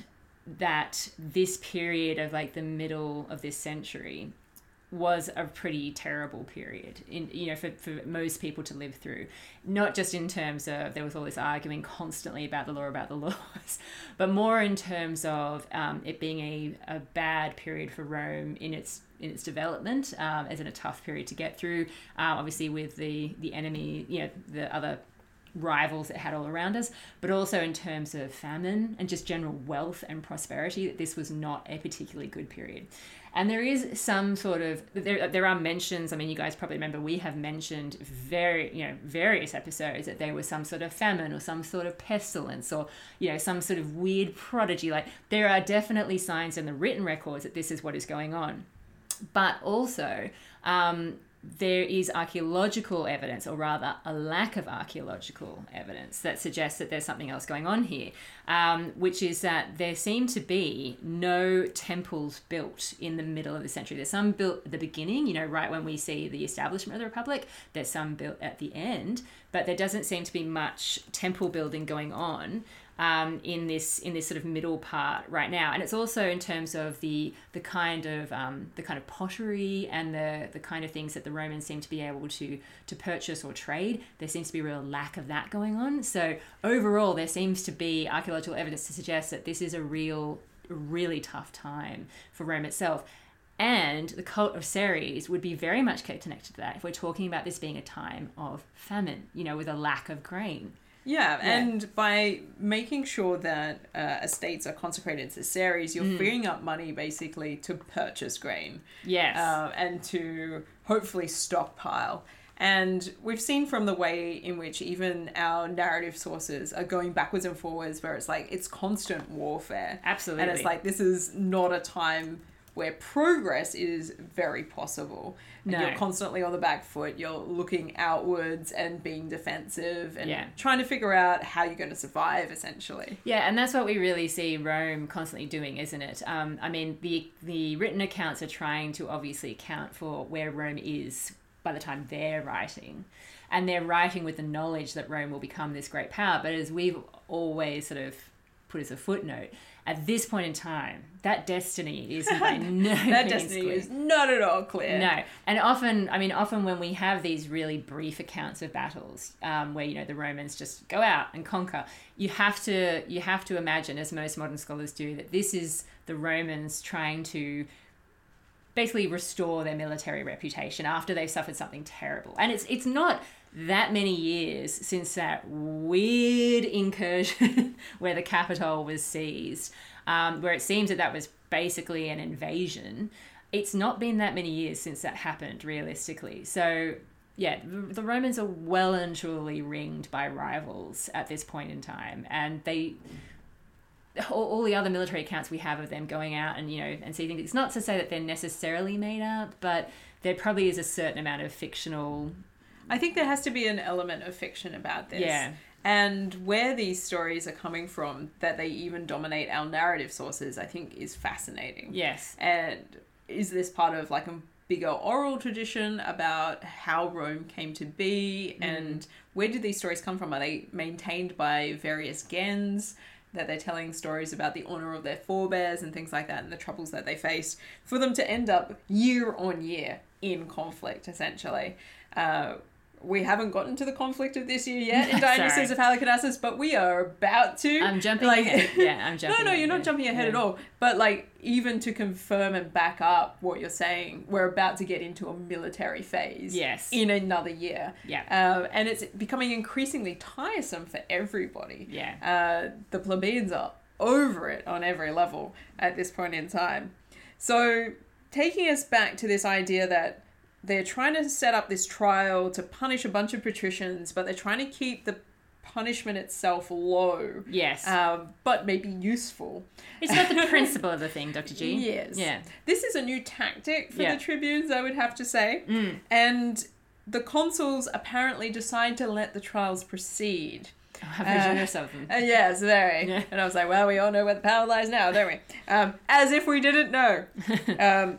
Speaker 1: that this period of like the middle of this century was a pretty terrible period in you know for, for most people to live through not just in terms of there was all this arguing constantly about the law about the [LAUGHS] laws but more in terms of um, it being a, a bad period for rome in its in its development um, as in a tough period to get through um, obviously with the the enemy you know the other rivals it had all around us, but also in terms of famine and just general wealth and prosperity, that this was not a particularly good period. And there is some sort of there, there are mentions. I mean, you guys probably remember we have mentioned very you know various episodes that there was some sort of famine or some sort of pestilence or you know some sort of weird prodigy. Like there are definitely signs in the written records that this is what is going on but also um, there is archaeological evidence, or rather, a lack of archaeological evidence that suggests that there's something else going on here, um, which is that there seem to be no temples built in the middle of the century. There's some built at the beginning, you know, right when we see the establishment of the Republic, there's some built at the end, but there doesn't seem to be much temple building going on um, in this in this sort of middle part right now, and it's also in terms of the the kind of um, the kind of pottery and the the kind of things that the Romans seem to be able to to purchase or trade. There seems to be a real lack of that going on. So overall, there seems to be archaeological evidence to suggest that this is a real really tough time for Rome itself. And the cult of Ceres would be very much connected to that if we're talking about this being a time of famine, you know, with a lack of grain.
Speaker 2: Yeah,
Speaker 1: Yeah.
Speaker 2: and by making sure that uh, estates are consecrated to
Speaker 1: Mm.
Speaker 2: Ceres, you're freeing up money basically to purchase grain
Speaker 1: Yes.
Speaker 2: uh, and to hopefully stockpile. And we've seen from the way in which even our narrative sources are going backwards and forwards, where it's like it's constant warfare.
Speaker 1: Absolutely.
Speaker 2: And it's like this is not a time where progress is very possible. And
Speaker 1: No.
Speaker 2: You're constantly on the back foot. You're looking outwards and being defensive and
Speaker 1: Yeah.
Speaker 2: trying to figure out how you're going to
Speaker 1: [LAUGHS]
Speaker 2: survive, essentially.
Speaker 1: Yeah, and that's what we really see Rome constantly doing, isn't it? Um, I mean, the the written accounts are trying to obviously account for where Rome is by the time they're writing, and they're writing with the knowledge that Rome will become this great power. But as we've always sort of put as a footnote, at this point in time, that destiny is by
Speaker 2: [LAUGHS]
Speaker 1: no
Speaker 2: That
Speaker 1: means
Speaker 2: destiny
Speaker 1: clear.
Speaker 2: is not at all clear.
Speaker 1: No, and often, I mean, often when we have these really brief accounts of battles, um, where you know the Romans just go out and conquer, you have to you have to imagine, as most modern scholars do, that this is the Romans trying to basically restore their military reputation after they've suffered something terrible. And it's it's not that many years since that weird incursion [LAUGHS] where the Capitol was seized, um, where it seems that that was basically an invasion. It's not been that many years since that happened, realistically. So yeah, the the Romans are well and truly ringed by rivals at this point in time, and they all, all the other military accounts we have of them going out and you know and seeing things. It's not to say that they're necessarily made up, but there probably is a certain amount of fictional.
Speaker 2: I think there has to be an element of fiction about this.
Speaker 1: Yeah.
Speaker 2: And where these stories are coming from, that they even dominate our narrative sources, I think is fascinating.
Speaker 1: Yes.
Speaker 2: And is this part of like a bigger oral tradition about how Rome came to be
Speaker 1: Mm.
Speaker 2: and where did these stories come from? Are they maintained by various gens that they're telling stories about the honor of their forebears and things like that and the troubles that they faced for them to end up year on year in conflict essentially? Uh, we haven't gotten to the conflict of this year yet in
Speaker 1: [LAUGHS]
Speaker 2: Dionysus
Speaker 1: Sorry.
Speaker 2: of Halicarnassus, but we are about to.
Speaker 1: I'm jumping
Speaker 2: Like- [LAUGHS]
Speaker 1: ahead. Yeah, I'm jumping.
Speaker 2: no, no, you're not
Speaker 1: ahead.
Speaker 2: jumping ahead
Speaker 1: Yeah.
Speaker 2: at all. But like, even to confirm and back up what you're saying, we're about to get into a military phase.
Speaker 1: Yes.
Speaker 2: In another year.
Speaker 1: Yeah.
Speaker 2: Um, and it's becoming increasingly tiresome for everybody.
Speaker 1: Yeah.
Speaker 2: Uh, the plebeians are over it on every level at this point in time. So, taking us back to this idea that they're trying to set up this trial to punish a bunch of patricians, but they're trying to keep the punishment itself low
Speaker 1: Yes.
Speaker 2: um, but maybe useful.
Speaker 1: it's about
Speaker 2: [LAUGHS]
Speaker 1: the principle of the thing, Dr. G.
Speaker 2: Yes.
Speaker 1: Yeah.
Speaker 2: This is a new tactic for
Speaker 1: Yeah. Mm.
Speaker 2: the tribunes, I would have to say. And the consuls apparently decide to let the trials proceed.
Speaker 1: How virginous of
Speaker 2: [LAUGHS]
Speaker 1: them.
Speaker 2: Uh, yes, very.
Speaker 1: Yeah.
Speaker 2: And I was like, well, we all know where the power lies now, don't we? Um, as if we didn't know. Um,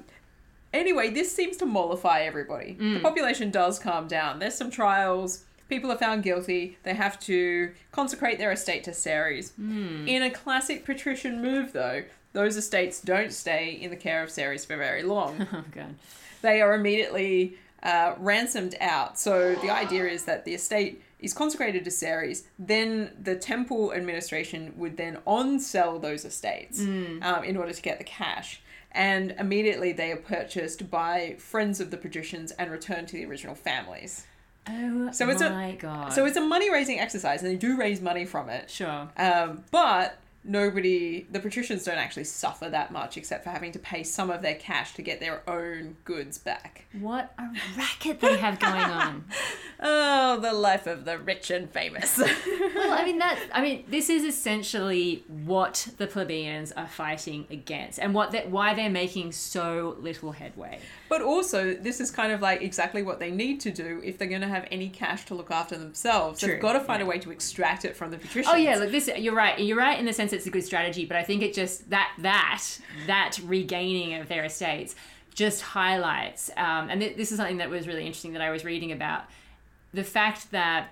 Speaker 2: anyway, this seems to mollify everybody. The population does calm down. There's some trials. People are found guilty. They have to consecrate their estate to Ceres. In a classic patrician move, though, those estates don't stay in the care of Ceres for very long
Speaker 1: [LAUGHS] Oh, God.
Speaker 2: they are immediately uh, ransomed out. So the idea is that the estate is consecrated to Ceres, then the temple administration would then on sell those estates um, in order to get the cash. And immediately they are purchased by friends of the patricians and returned to the original families.
Speaker 1: Oh,
Speaker 2: So it's a-
Speaker 1: my God.
Speaker 2: So it's a money raising exercise, and they do raise money from it.
Speaker 1: Sure.
Speaker 2: Um, but nobody, the patricians don't actually suffer that much except for having to pay some of their cash to get their own goods back.
Speaker 1: What a racket they have going on.
Speaker 2: Oh, the life of the rich and
Speaker 1: [LAUGHS]
Speaker 2: famous.
Speaker 1: well, I mean that. I mean, this is essentially what the plebeians are fighting against, and what that why they're making so little headway.
Speaker 2: but also, this is kind of like exactly what they need to do if they're going to have any cash to look after themselves.
Speaker 1: True,
Speaker 2: They've got to find
Speaker 1: yeah.
Speaker 2: a way to extract it from the patricians.
Speaker 1: Oh yeah, look, this you're right. You're right in the sense it's a good strategy, but I think it just that that that regaining of their estates just highlights, um, and th- this is something that was really interesting that I was reading about the fact that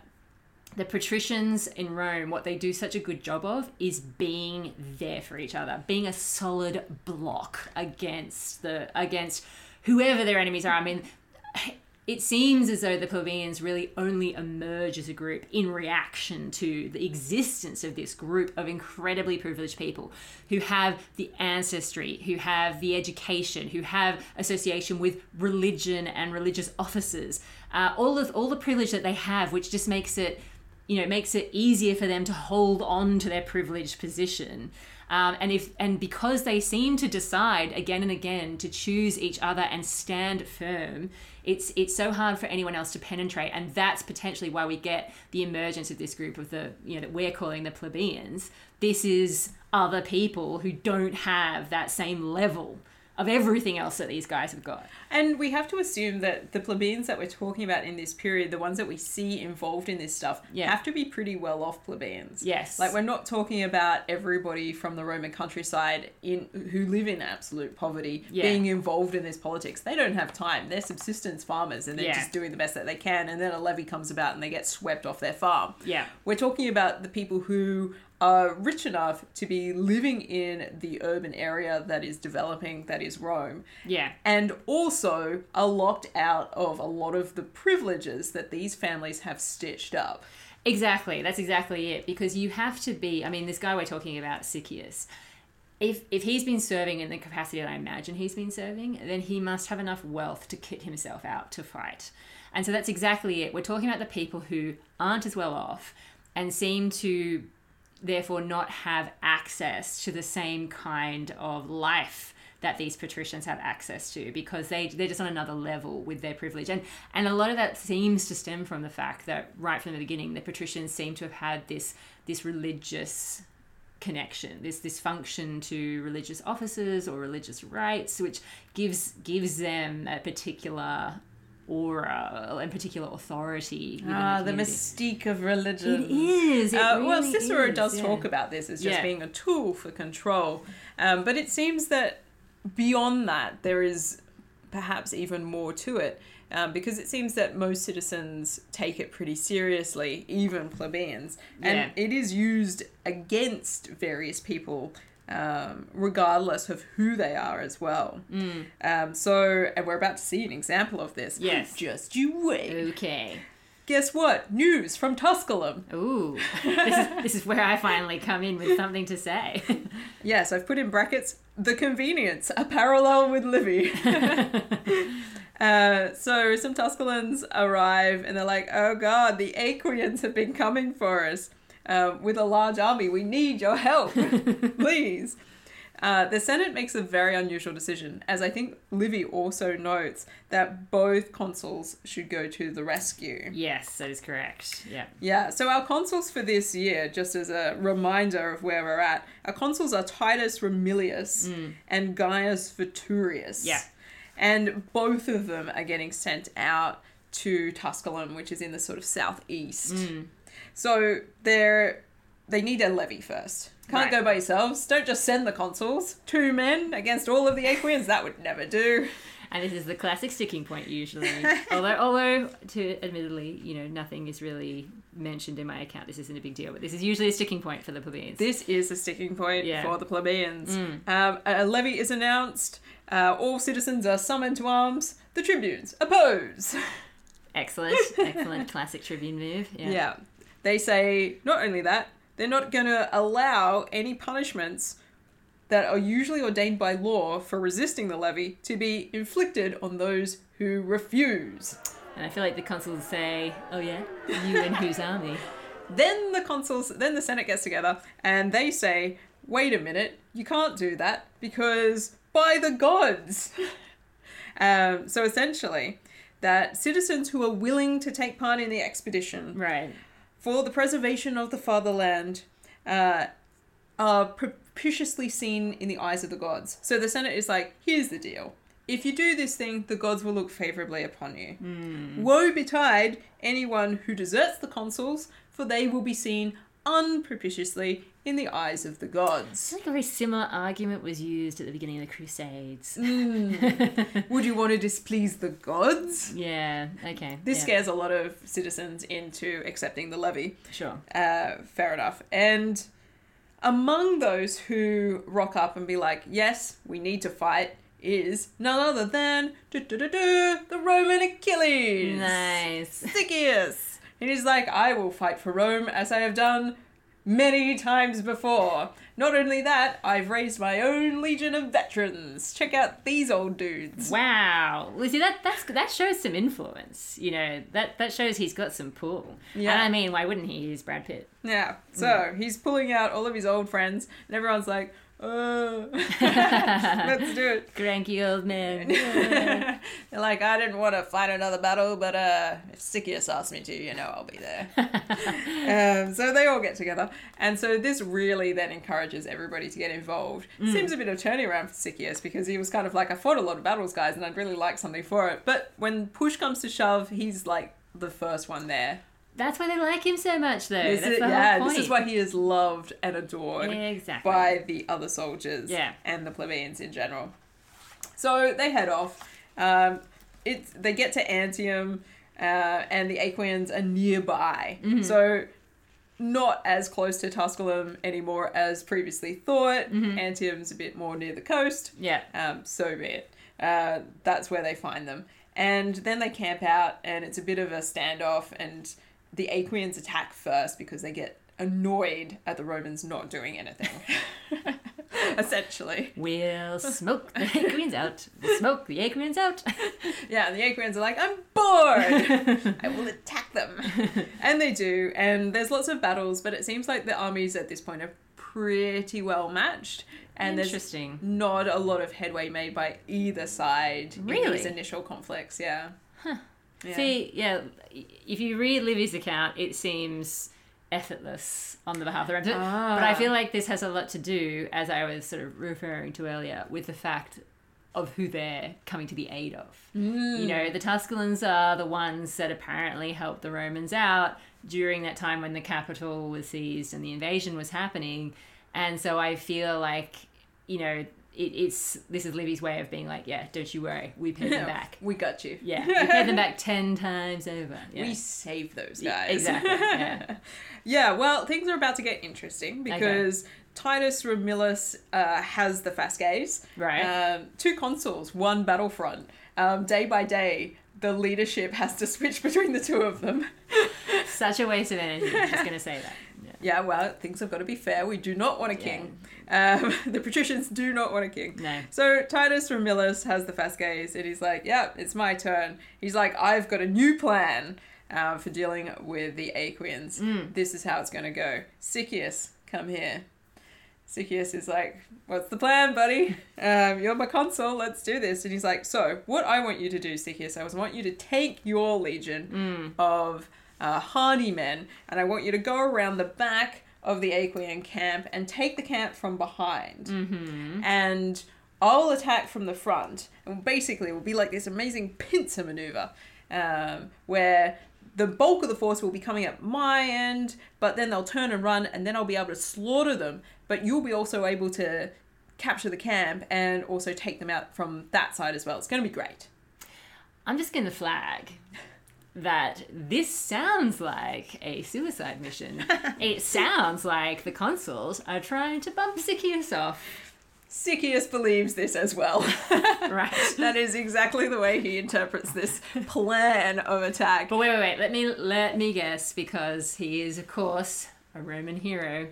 Speaker 1: the patricians in Rome, what they do such a good job of is being there for each other, being a solid block against the against whoever their enemies are. I mean, it seems as though the plebeians really only emerge as a group in reaction to the existence of this group of incredibly privileged people who have the ancestry, who have the education, who have association with religion and religious offices, uh, all of all the privilege that they have, which just makes it you know it makes it easier for them to hold on to their privileged position um, and if and because they seem to decide again and again to choose each other and stand firm it's it's so hard for anyone else to penetrate and that's potentially why we get the emergence of this group of the you know that we're calling the plebeians this is other people who don't have that same level of everything else that these guys have got
Speaker 2: And we have to assume that the plebeians that we're talking about in this period, the ones that we see involved in this stuff,
Speaker 1: Yeah.
Speaker 2: have to be pretty well off plebeians.
Speaker 1: Yes.
Speaker 2: Like we're not talking about everybody from the Roman countryside in who live in absolute poverty
Speaker 1: Yeah.
Speaker 2: being involved in this politics. They don't have time. They're subsistence farmers and they're
Speaker 1: Yeah.
Speaker 2: just doing the best that they can and then a levy comes about and they get swept off their farm.
Speaker 1: Yeah.
Speaker 2: We're talking about the people who are rich enough to be living in the urban area that is developing, that is Rome
Speaker 1: yeah
Speaker 2: and also are locked out of a lot of the privileges that these families have stitched up.
Speaker 1: Exactly. That's exactly it. Because you have to be. I mean, this guy we're talking about, Sycius. If if he's been serving in the capacity that I imagine he's been serving, then he must have enough wealth to kit himself out to fight. And so that's exactly it. We're talking about the people who aren't as well off and seem to therefore not have access to the same kind of life that these patricians have access to because they they're just on another level with their privilege and and a lot of that seems to stem from the fact that right from the beginning the patricians seem to have had this this religious connection this this function to religious offices or religious rites which gives gives them a particular aura and particular authority within
Speaker 2: Ah, the
Speaker 1: community.
Speaker 2: mystique of religion.
Speaker 1: it is it
Speaker 2: Uh, well,
Speaker 1: really
Speaker 2: Cicero
Speaker 1: is,
Speaker 2: does
Speaker 1: yeah.
Speaker 2: talk about this as just
Speaker 1: Yeah.
Speaker 2: being a tool for control. Um, but it seems that beyond that, there is perhaps even more to it, um, because it seems that most citizens take it pretty seriously, even plebeians, and it is used against various people. Um, regardless of who they are, as well.
Speaker 1: Mm.
Speaker 2: Um, so, and we're about to see an example of this.
Speaker 1: Yes.
Speaker 2: Just you wait.
Speaker 1: Okay.
Speaker 2: Guess what? News from Tusculum.
Speaker 1: Ooh. this, is, this is where I finally come in with something to say. [LAUGHS]
Speaker 2: Yes, I've put in brackets the convenience, a parallel with Livy. uh, so some Tusculans arrive and they're like, oh god, the Aquians have been coming for us uh, with a large army. We need your help, please. Uh, the Senate makes a very unusual decision, as I think Livy also notes that both consuls should go to the rescue.
Speaker 1: yes, that is correct. Yeah.
Speaker 2: Yeah, so our consuls for this year, just as a reminder of where we're at, our consuls are Titus Romilius and Gaius Veturius.
Speaker 1: Mm. Yeah.
Speaker 2: And both of them are getting sent out to Tusculum, which is in the sort of southeast.
Speaker 1: Mm.
Speaker 2: So they're they need a levy first. Can't
Speaker 1: Right.
Speaker 2: go by yourselves. Don't just send the consuls. Two men against all of the Aquians, that would never do.
Speaker 1: And this is the classic sticking point
Speaker 2: [LAUGHS]
Speaker 1: usually. although, although to admittedly, you know, nothing is really mentioned in my account. This isn't a big deal, but this is usually a sticking point for the plebeians.
Speaker 2: This is a sticking point
Speaker 1: Yeah.
Speaker 2: for the plebeians. Um, a levy is announced. Uh, all citizens are summoned to arms. The tribunes oppose. [LAUGHS]
Speaker 1: excellent, excellent classic tribune move. Yeah.
Speaker 2: Yeah. They say not only that, they're not going to allow any punishments that are usually ordained by law for resisting the levy to be inflicted on those who refuse.
Speaker 1: And I feel like the consuls say, "Oh yeah, you and whose army?"
Speaker 2: Then the consuls, then the Senate gets together and they say, wait a minute, you can't do that because by the gods. um, so essentially, that citizens who are willing to take part in the expedition
Speaker 1: Right.
Speaker 2: for the preservation of the fatherland uh, are propitiously seen in the eyes of the gods. So the Senate is like, here's the deal. If you do this thing, the gods will look favorably upon you. Woe betide anyone who deserts the consuls, for they will be seen unpropitiously in the eyes of the
Speaker 1: I
Speaker 2: gods.
Speaker 1: think a very similar argument was used at the beginning of the Crusades.
Speaker 2: Would you want to displease the gods?
Speaker 1: [LAUGHS] yeah. Okay.
Speaker 2: This
Speaker 1: yeah,
Speaker 2: scares a lot of citizens into accepting the levy.
Speaker 1: Sure.
Speaker 2: Uh, fair enough. And among those who rock up and be like, yes, we need to fight, is none other than du-du-du-du, the Roman Achilles.
Speaker 1: Nice.
Speaker 2: Sickius. And he's like, I will fight for Rome as I have done many times before. Not only that, I've raised my own legion of veterans. Check out these old dudes.
Speaker 1: Wow. Well, see that that's that shows some influence. You know that that shows he's got some pull.
Speaker 2: Yeah.
Speaker 1: And I mean, why wouldn't he? He's Brad Pitt.
Speaker 2: Yeah. So he's pulling out all of his old friends, and everyone's like, oh, [LAUGHS] let's do it.
Speaker 1: Cranky old man.
Speaker 2: [LAUGHS] They're like, I didn't want to fight another battle, but uh, if Sicius asked me to, you know, I'll
Speaker 1: [LAUGHS]
Speaker 2: be there. um, so they all get together. And so this really then encourages everybody to get involved.
Speaker 1: Mm.
Speaker 2: Seems a bit of turning around for Sicius because he was kind of like, I fought a lot of battles, guys, and I'd really like something for it. But when push comes to shove, he's like the first one there.
Speaker 1: That's why they like him so much, though.
Speaker 2: This
Speaker 1: that's
Speaker 2: is,
Speaker 1: the
Speaker 2: yeah,
Speaker 1: whole point.
Speaker 2: this is why he is loved and adored
Speaker 1: exactly.
Speaker 2: by the other soldiers
Speaker 1: Yeah.
Speaker 2: and the plebeians in general. So they head off. Um, it's they get to Antium, uh, and the Aquians are nearby.
Speaker 1: Mm-hmm.
Speaker 2: So not as close to Tusculum anymore as previously thought.
Speaker 1: Mm-hmm.
Speaker 2: Antium's a bit more near the coast.
Speaker 1: Yeah.
Speaker 2: Um, so be it. Uh, that's where they find them. And then they camp out, and it's a bit of a standoff, and the Aquians attack first because they get annoyed at the Romans not doing anything. Essentially. [LAUGHS]
Speaker 1: We'll smoke the Aquians out. We'll smoke the Aquians out.
Speaker 2: Yeah, and the Aquians are like, I'm
Speaker 1: [LAUGHS]
Speaker 2: bored! I will attack them. And they do, and there's lots of battles, but it seems like the armies at this point are pretty well matched. And there's
Speaker 1: Interesting.
Speaker 2: not a lot of headway made by either side in
Speaker 1: Really?
Speaker 2: these initial conflicts. Yeah. Yeah. [LAUGHS]
Speaker 1: See, yeah, if you read Livy's account, it seems effortless on the behalf of the Romans.
Speaker 2: Ah.
Speaker 1: But I feel like this has a lot to do, as I was sort of referring to earlier, with the fact of who they're coming to the aid of. You
Speaker 2: Mm.
Speaker 1: know, the Tusculans are the ones that apparently helped the Romans out during that time when the capital was seized and the invasion was happening. And so I feel like, you know, it, it's this is Livy's way of being like, yeah, don't you worry, we pay
Speaker 2: [LAUGHS]
Speaker 1: them back.
Speaker 2: We got you. [LAUGHS]
Speaker 1: Yeah, we pay them back ten times over. Yeah.
Speaker 2: We save those guys.
Speaker 1: Yeah, exactly, yeah.
Speaker 2: [LAUGHS] Yeah, well, things are about to get interesting because Titus Romillus uh, has the Fasces.
Speaker 1: Right.
Speaker 2: Um, two consuls, one battlefront. Um, day by day, the leadership has to switch [LAUGHS] between the two of them.
Speaker 1: Such a waste of energy. I'm just gonna say that. Yeah.
Speaker 2: Yeah, well, things have got to be fair. We do not want a king. Um, [LAUGHS] the patricians do not want a king.
Speaker 1: No.
Speaker 2: So Titus Romillus has the Fasces, and he's like, "Yeah, it's my turn." He's like, "I've got a new plan uh, for dealing with the Aquians. This is how it's going to go." Sicius, come here. Sicius is like, "What's the plan, buddy? Um, you're my consul. Let's do this." And he's like, "So, what I want you to do, Sicius, I was want you to take your legion of uh, hardy men, and I want you to go around the back of the Aquian camp and take the camp from behind, and I'll attack from the front. And basically, it will be like this amazing pincer maneuver, um, where the bulk of the force will be coming at my end, but then they'll turn and run, and then I'll be able to slaughter them. But you'll be also able to capture the camp and also take them out from that side as well. It's going to be great.
Speaker 1: I'm just gonna flag that this sounds like a suicide mission.
Speaker 2: [LAUGHS]
Speaker 1: it sounds like the consuls are trying to bump Sicius off.
Speaker 2: Sicius believes this as well.
Speaker 1: Right.
Speaker 2: that is exactly the way he interprets this plan of attack.
Speaker 1: But wait, wait, wait. Let me let me guess because he is, of course, a Roman hero.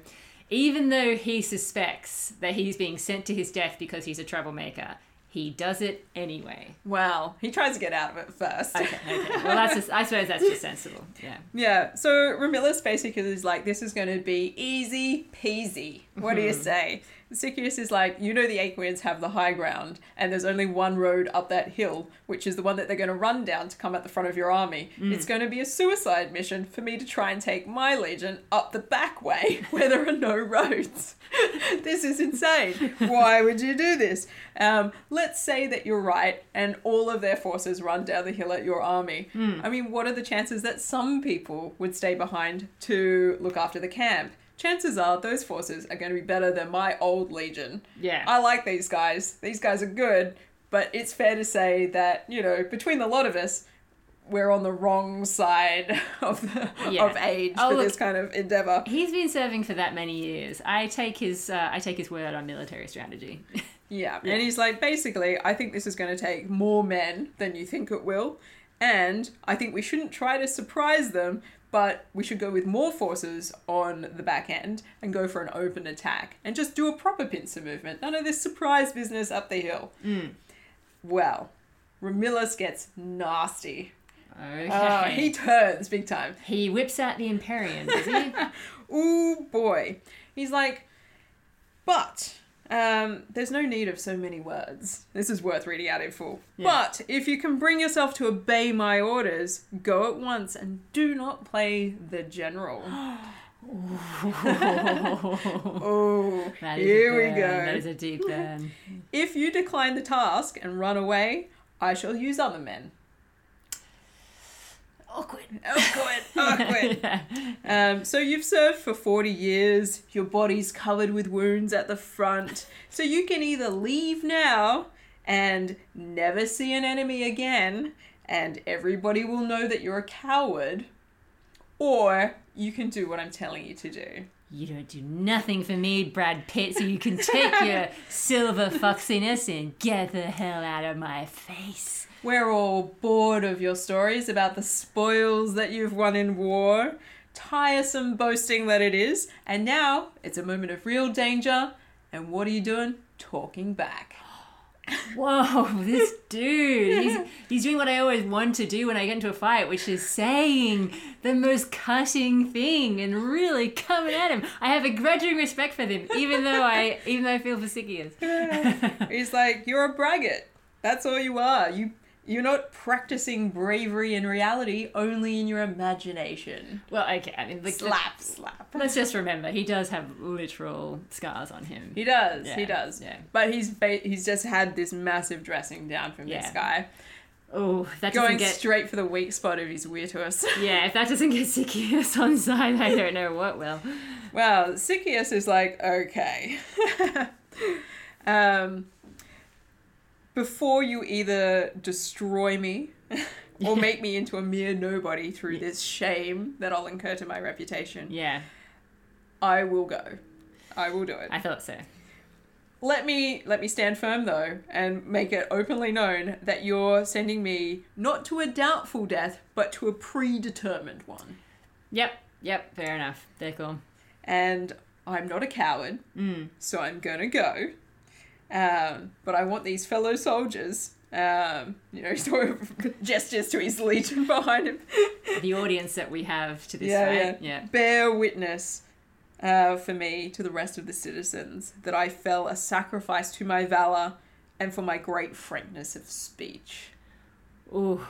Speaker 1: Even though he suspects that he's being sent to his death because he's a troublemaker, he does it anyway.
Speaker 2: Well, he tries to get out of it first.
Speaker 1: [LAUGHS] Okay, okay. Well, that's just, I suppose that's just sensible. Yeah.
Speaker 2: Yeah, so Romulus basically is like, this is going to be easy peasy. What do you say? Sicius is like, you know, the Aquians have the high ground, and there's only one road up that hill, which is the one that they're going to run down to come at the front of your army. It's going to be a suicide mission for me to try and take my legion up the back way [LAUGHS] where there are no roads. [LAUGHS] this is insane. Why would you do this? Um, let's say that you're right, and all of their forces run down the hill at your army.
Speaker 1: Hmm.
Speaker 2: I mean, what are the chances that some people would stay behind to look after the camp? Chances are those forces are going to be better than my old legion.
Speaker 1: Yeah.
Speaker 2: I like these guys. These guys are good, but it's fair to say that, you know, between the lot of us, we're on the wrong side [LAUGHS] of the,
Speaker 1: Yeah.
Speaker 2: of age
Speaker 1: Oh,
Speaker 2: for
Speaker 1: look.
Speaker 2: this kind of endeavor.
Speaker 1: He's been serving for that many years. I take his uh, I take his word on military strategy.
Speaker 2: Yeah. And he's like, basically, I think this is going to take more men than you think it will. And I think we shouldn't try to surprise them, but we should go with more forces on the back end and go for an open attack and just do a proper pincer movement. None of this surprise business up the hill. Well, Romulus gets [LAUGHS] nasty.
Speaker 1: okay.
Speaker 2: Oh, he turns big time.
Speaker 1: He whips out the Imperium, does
Speaker 2: [LAUGHS]
Speaker 1: he? [LAUGHS]
Speaker 2: Ooh boy. He's like, but um, there's no need of so many words. This is worth reading out in full. But if you can bring yourself to obey my orders, go at once and do not play the general.
Speaker 1: [GASPS]
Speaker 2: oh,
Speaker 1: That is a
Speaker 2: here we
Speaker 1: burn.
Speaker 2: go.
Speaker 1: That is a deep burn.
Speaker 2: if you decline the task and run away, I shall use other men.
Speaker 1: Awkward. [LAUGHS]
Speaker 2: Awkward, [LAUGHS] awkward. Um, so you've served for 40 years, your body's covered with wounds at the front. So you can either leave now and never see an enemy again, and everybody will know that you're a coward, or you can do what I'm telling you to do.
Speaker 1: You don't do nothing for me, Brad Pitt, so you can take
Speaker 2: [LAUGHS]
Speaker 1: your silver foxiness and get the hell out of my face.
Speaker 2: We're all bored of your stories about the spoils that you've won in war. Tiresome boasting that it is. And now it's a moment of real danger. And what are you doing? Talking back.
Speaker 1: Whoa, [LAUGHS]
Speaker 2: [LAUGHS]
Speaker 1: this dude. He's, he's doing what I always want to do when I get into a fight, which is saying the most cutting thing and really coming at him. I have a grudging respect for them, even though
Speaker 2: [LAUGHS]
Speaker 1: I even though I feel for Sikias.
Speaker 2: He's like, you're a braggart. That's all you are. You you're not practicing bravery in reality, only in your imagination.
Speaker 1: Well, okay, I mean, like,
Speaker 2: Slap, [LAUGHS] slap.
Speaker 1: Let's just remember, he does have literal scars on him.
Speaker 2: He does. he
Speaker 1: Yeah,
Speaker 2: does.
Speaker 1: yeah.
Speaker 2: But he's ba- he's just had this massive dressing down from this
Speaker 1: Yeah.
Speaker 2: guy,
Speaker 1: Oh, that
Speaker 2: going
Speaker 1: doesn't get
Speaker 2: straight for the weak spot of his [LAUGHS] weirdos.
Speaker 1: yeah. If that doesn't get Sikius on side, I don't know what will.
Speaker 2: Wow, Sicius is like, okay. [LAUGHS] um, before you either destroy me [LAUGHS] or make me into a mere nobody through this shame that I'll incur to my reputation,
Speaker 1: Yeah,
Speaker 2: I will go. I will do it.
Speaker 1: I thought so.
Speaker 2: Let me let me stand firm though and make it openly known that you're sending me not to a doubtful death, but to a predetermined one.
Speaker 1: Yep, yep, fair enough. They're cool.
Speaker 2: And I'm not a coward,
Speaker 1: Mm.
Speaker 2: so I'm gonna go. Um, but I want these fellow soldiers, um, you know, [LAUGHS] sort of gestures to his legion [LAUGHS] behind him,
Speaker 1: The audience that we have to this
Speaker 2: Yeah,
Speaker 1: right? Yeah.
Speaker 2: bear witness uh, for me to the rest of the citizens that I fell a sacrifice to my valor and for my great frankness of speech.
Speaker 1: Ooh.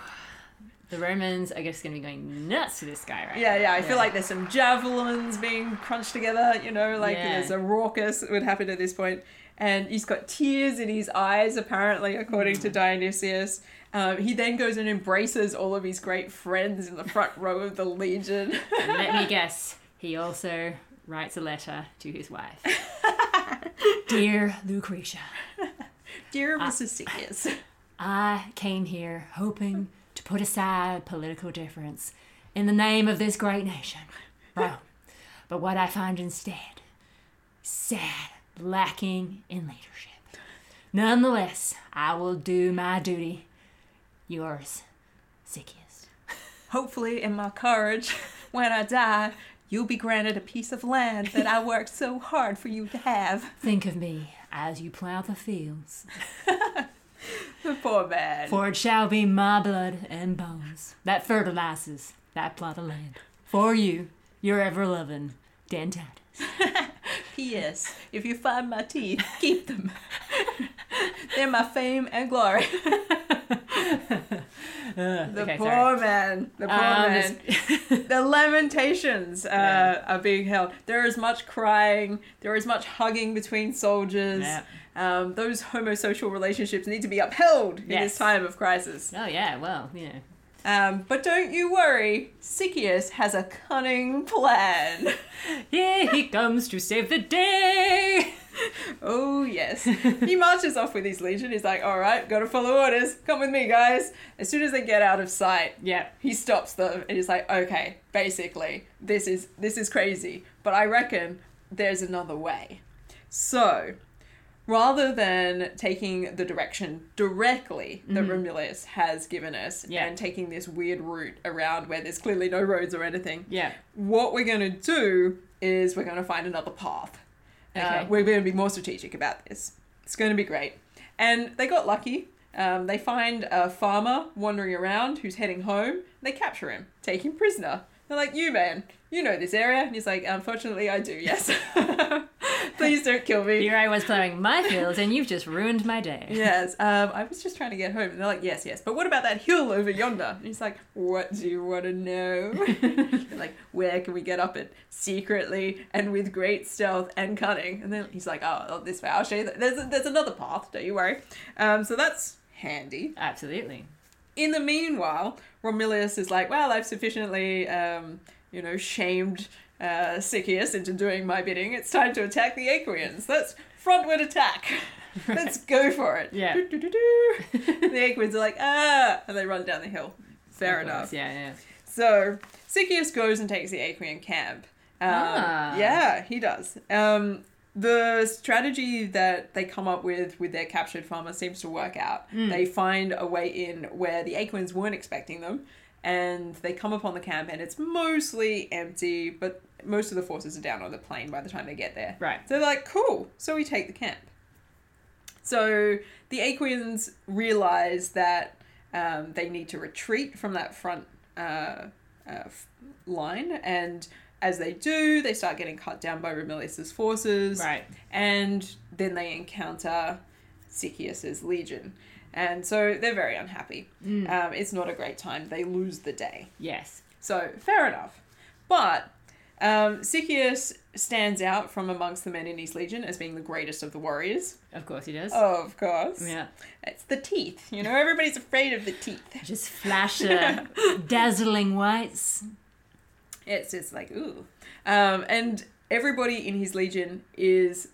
Speaker 1: The Romans are just going to be going nuts for this guy, right?
Speaker 2: Yeah,
Speaker 1: now.
Speaker 2: yeah. I feel like there's some javelins being crunched together, you know, like
Speaker 1: Yeah.
Speaker 2: there's a raucous that would happen at this point. And he's got tears in his eyes, apparently, according to Dionysius. Um, he then goes and embraces all of his great friends in the front row of the legion. [LAUGHS]
Speaker 1: Let me guess. He also writes a letter to his wife.
Speaker 2: [LAUGHS]
Speaker 1: Dear Lucretia,
Speaker 2: Dear Mrs. Sickness.
Speaker 1: I came here hoping to put aside political difference in the name of this great nation, Rome. But what I find instead is sad, lacking in leadership. Nonetheless, I will do my duty. Yours, Sicius.
Speaker 2: Hopefully, in my courage, when I die, you'll be granted a piece of land that I worked so hard for you to have.
Speaker 1: Think of me as you plough the fields,
Speaker 2: The [LAUGHS] poor man.
Speaker 1: for it shall be my blood and bones that fertilizes that plot of land. For you, your ever loving Dentatus.
Speaker 2: P.S. If you find my teeth, keep them. They're my fame
Speaker 1: [LAUGHS]
Speaker 2: and glory. the
Speaker 1: okay,
Speaker 2: poor
Speaker 1: sorry.
Speaker 2: man. The poor
Speaker 1: Um,
Speaker 2: man. [LAUGHS] the lamentations uh, are being held. There is much crying. There is much hugging between soldiers.
Speaker 1: Yeah.
Speaker 2: Um, those homosocial relationships need to be upheld in
Speaker 1: Yes.
Speaker 2: this time of crisis.
Speaker 1: Oh yeah, well, you know.
Speaker 2: Um, but don't you worry, Sycius has a cunning plan. [LAUGHS]
Speaker 1: Here he comes to save the day.
Speaker 2: Oh, yes. he marches off with his legion. He's like, all right, gotta follow orders. Come with me, guys. As soon as they get out of sight,
Speaker 1: Yeah.
Speaker 2: he stops them and he's like, okay, basically, this is this is crazy, but I reckon there's another way. So, rather than taking the direction directly that Romulus has given us
Speaker 1: Yeah.
Speaker 2: and taking this weird route around where there's clearly no roads or anything,
Speaker 1: Yeah.
Speaker 2: what we're going to do is we're going to find another path. Uh,
Speaker 1: Okay.
Speaker 2: we're going to be more strategic about this. It's going to be great. And they got lucky. Um, they find a farmer wandering around who's heading home. They capture him, take him prisoner. They're like, "You man, you know this area," and he's like, "Unfortunately, I do. Yes, [LAUGHS] please don't kill me."
Speaker 1: Here I was plowing my fields, and you've just ruined my [LAUGHS] day.
Speaker 2: Yes, um, I was just trying to get home, and they're like, "Yes, yes." But what about that hill over yonder? And he's like, "What do you want to know?" [LAUGHS] They're like, "Where can we get up it secretly and with great stealth and cunning?" And then he's like, "Oh, oh, this way. I'll show you. That. There's there's another path. Don't you worry." Um, so that's handy.
Speaker 1: Absolutely.
Speaker 2: In the meanwhile, Romulus is like, well, I've sufficiently, um, you know, shamed uh, Sycius into doing my bidding. It's time to attack the Aquians. Let's frontward attack. Let's go for it.
Speaker 1: Yeah.
Speaker 2: Do, do, do, do. the Aquians are like, ah, and they run down the hill. [LAUGHS] Fair
Speaker 1: Of
Speaker 2: enough.
Speaker 1: course, Yeah, yeah.
Speaker 2: So Sycius goes and takes the Aquian camp. Um,
Speaker 1: Ah.
Speaker 2: Yeah, he does. Um, the strategy that they come up with with their captured farmer seems to work out. They find a way in where the Aquians weren't expecting them, and they come upon the camp, and it's mostly empty, but most of the forces are down on the plain by the time they get there.
Speaker 1: Right.
Speaker 2: So they're like, cool, so we take the camp. So the Aquians realize that um, they need to retreat from that front uh, uh, f- line, and as they do, they start getting cut down by Romulus' forces,
Speaker 1: Right.
Speaker 2: and then they encounter Sycius's legion. And so they're very unhappy. Um, it's not a great time. They lose the day.
Speaker 1: Yes.
Speaker 2: So fair enough. But um, Sycius stands out from amongst the men in his legion as being the greatest of the warriors.
Speaker 1: Of course he does.
Speaker 2: Of course.
Speaker 1: Yeah.
Speaker 2: It's the teeth. You know, everybody's afraid of the teeth.
Speaker 1: Just flash
Speaker 2: [LAUGHS]
Speaker 1: the dazzling whites.
Speaker 2: It's just like, ooh. Um, and everybody in his legion is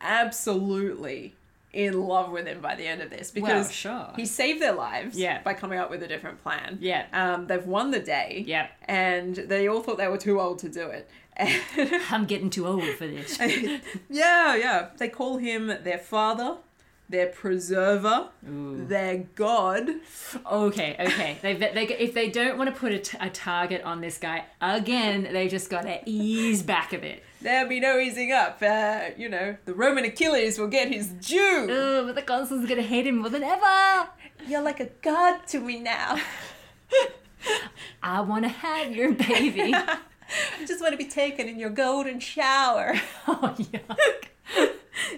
Speaker 2: absolutely in love with him by the end of this because
Speaker 1: Well, sure.
Speaker 2: he saved their lives
Speaker 1: Yeah.
Speaker 2: by coming up with a different plan.
Speaker 1: Yeah.
Speaker 2: Um, they've won the day.
Speaker 1: Yep.
Speaker 2: And they all thought they were too old to do it. [LAUGHS] And
Speaker 1: I'm getting too old for
Speaker 2: [LAUGHS]
Speaker 1: this.
Speaker 2: yeah, yeah. They call him their father, their preserver, their god.
Speaker 1: Okay, okay. They, they, if they don't want to put a, t- a target on this guy again, they just got to ease back a bit.
Speaker 2: There'll be no easing up. Uh, you know, the Roman Achilles will get his due.
Speaker 1: Ugh, but the consul's gonna hate him more than ever.
Speaker 2: You're like a god to me now.
Speaker 1: I want to have your
Speaker 2: [LAUGHS]
Speaker 1: baby. [LAUGHS]
Speaker 2: I just want to be taken in your golden shower.
Speaker 1: oh yuck.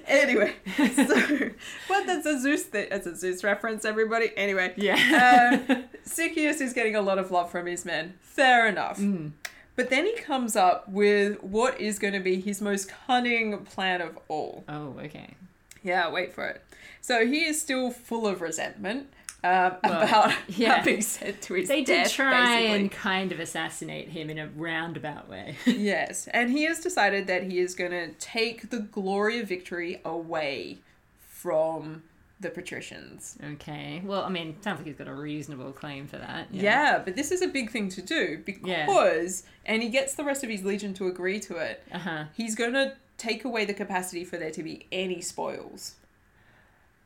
Speaker 2: anyway, [LAUGHS] so well, that's a Zeus. Thing. That's a Zeus reference, everybody. Anyway,
Speaker 1: Yeah. [LAUGHS]
Speaker 2: um, Sychaeus is getting a lot of love from his men. Fair enough.
Speaker 1: Hmm.
Speaker 2: But then he comes up with what is going to be his most cunning plan of all.
Speaker 1: Oh, okay.
Speaker 2: Yeah, wait for it. So he is still full of resentment um,
Speaker 1: Well,
Speaker 2: [LAUGHS] about
Speaker 1: yeah.
Speaker 2: being sent to his
Speaker 1: They did
Speaker 2: death.
Speaker 1: try
Speaker 2: basically.
Speaker 1: and kind of assassinate him in a roundabout way. [LAUGHS]
Speaker 2: Yes, and he has decided that he is going to take the glory of victory away from the patricians.
Speaker 1: okay. Well, I mean, sounds like he's got a reasonable claim for that.
Speaker 2: Yeah, but this is a big thing to do
Speaker 1: Yeah.
Speaker 2: because, and he gets the rest of his legion to agree to it.
Speaker 1: Uh huh.
Speaker 2: He's going to take away the capacity for there to be any spoils.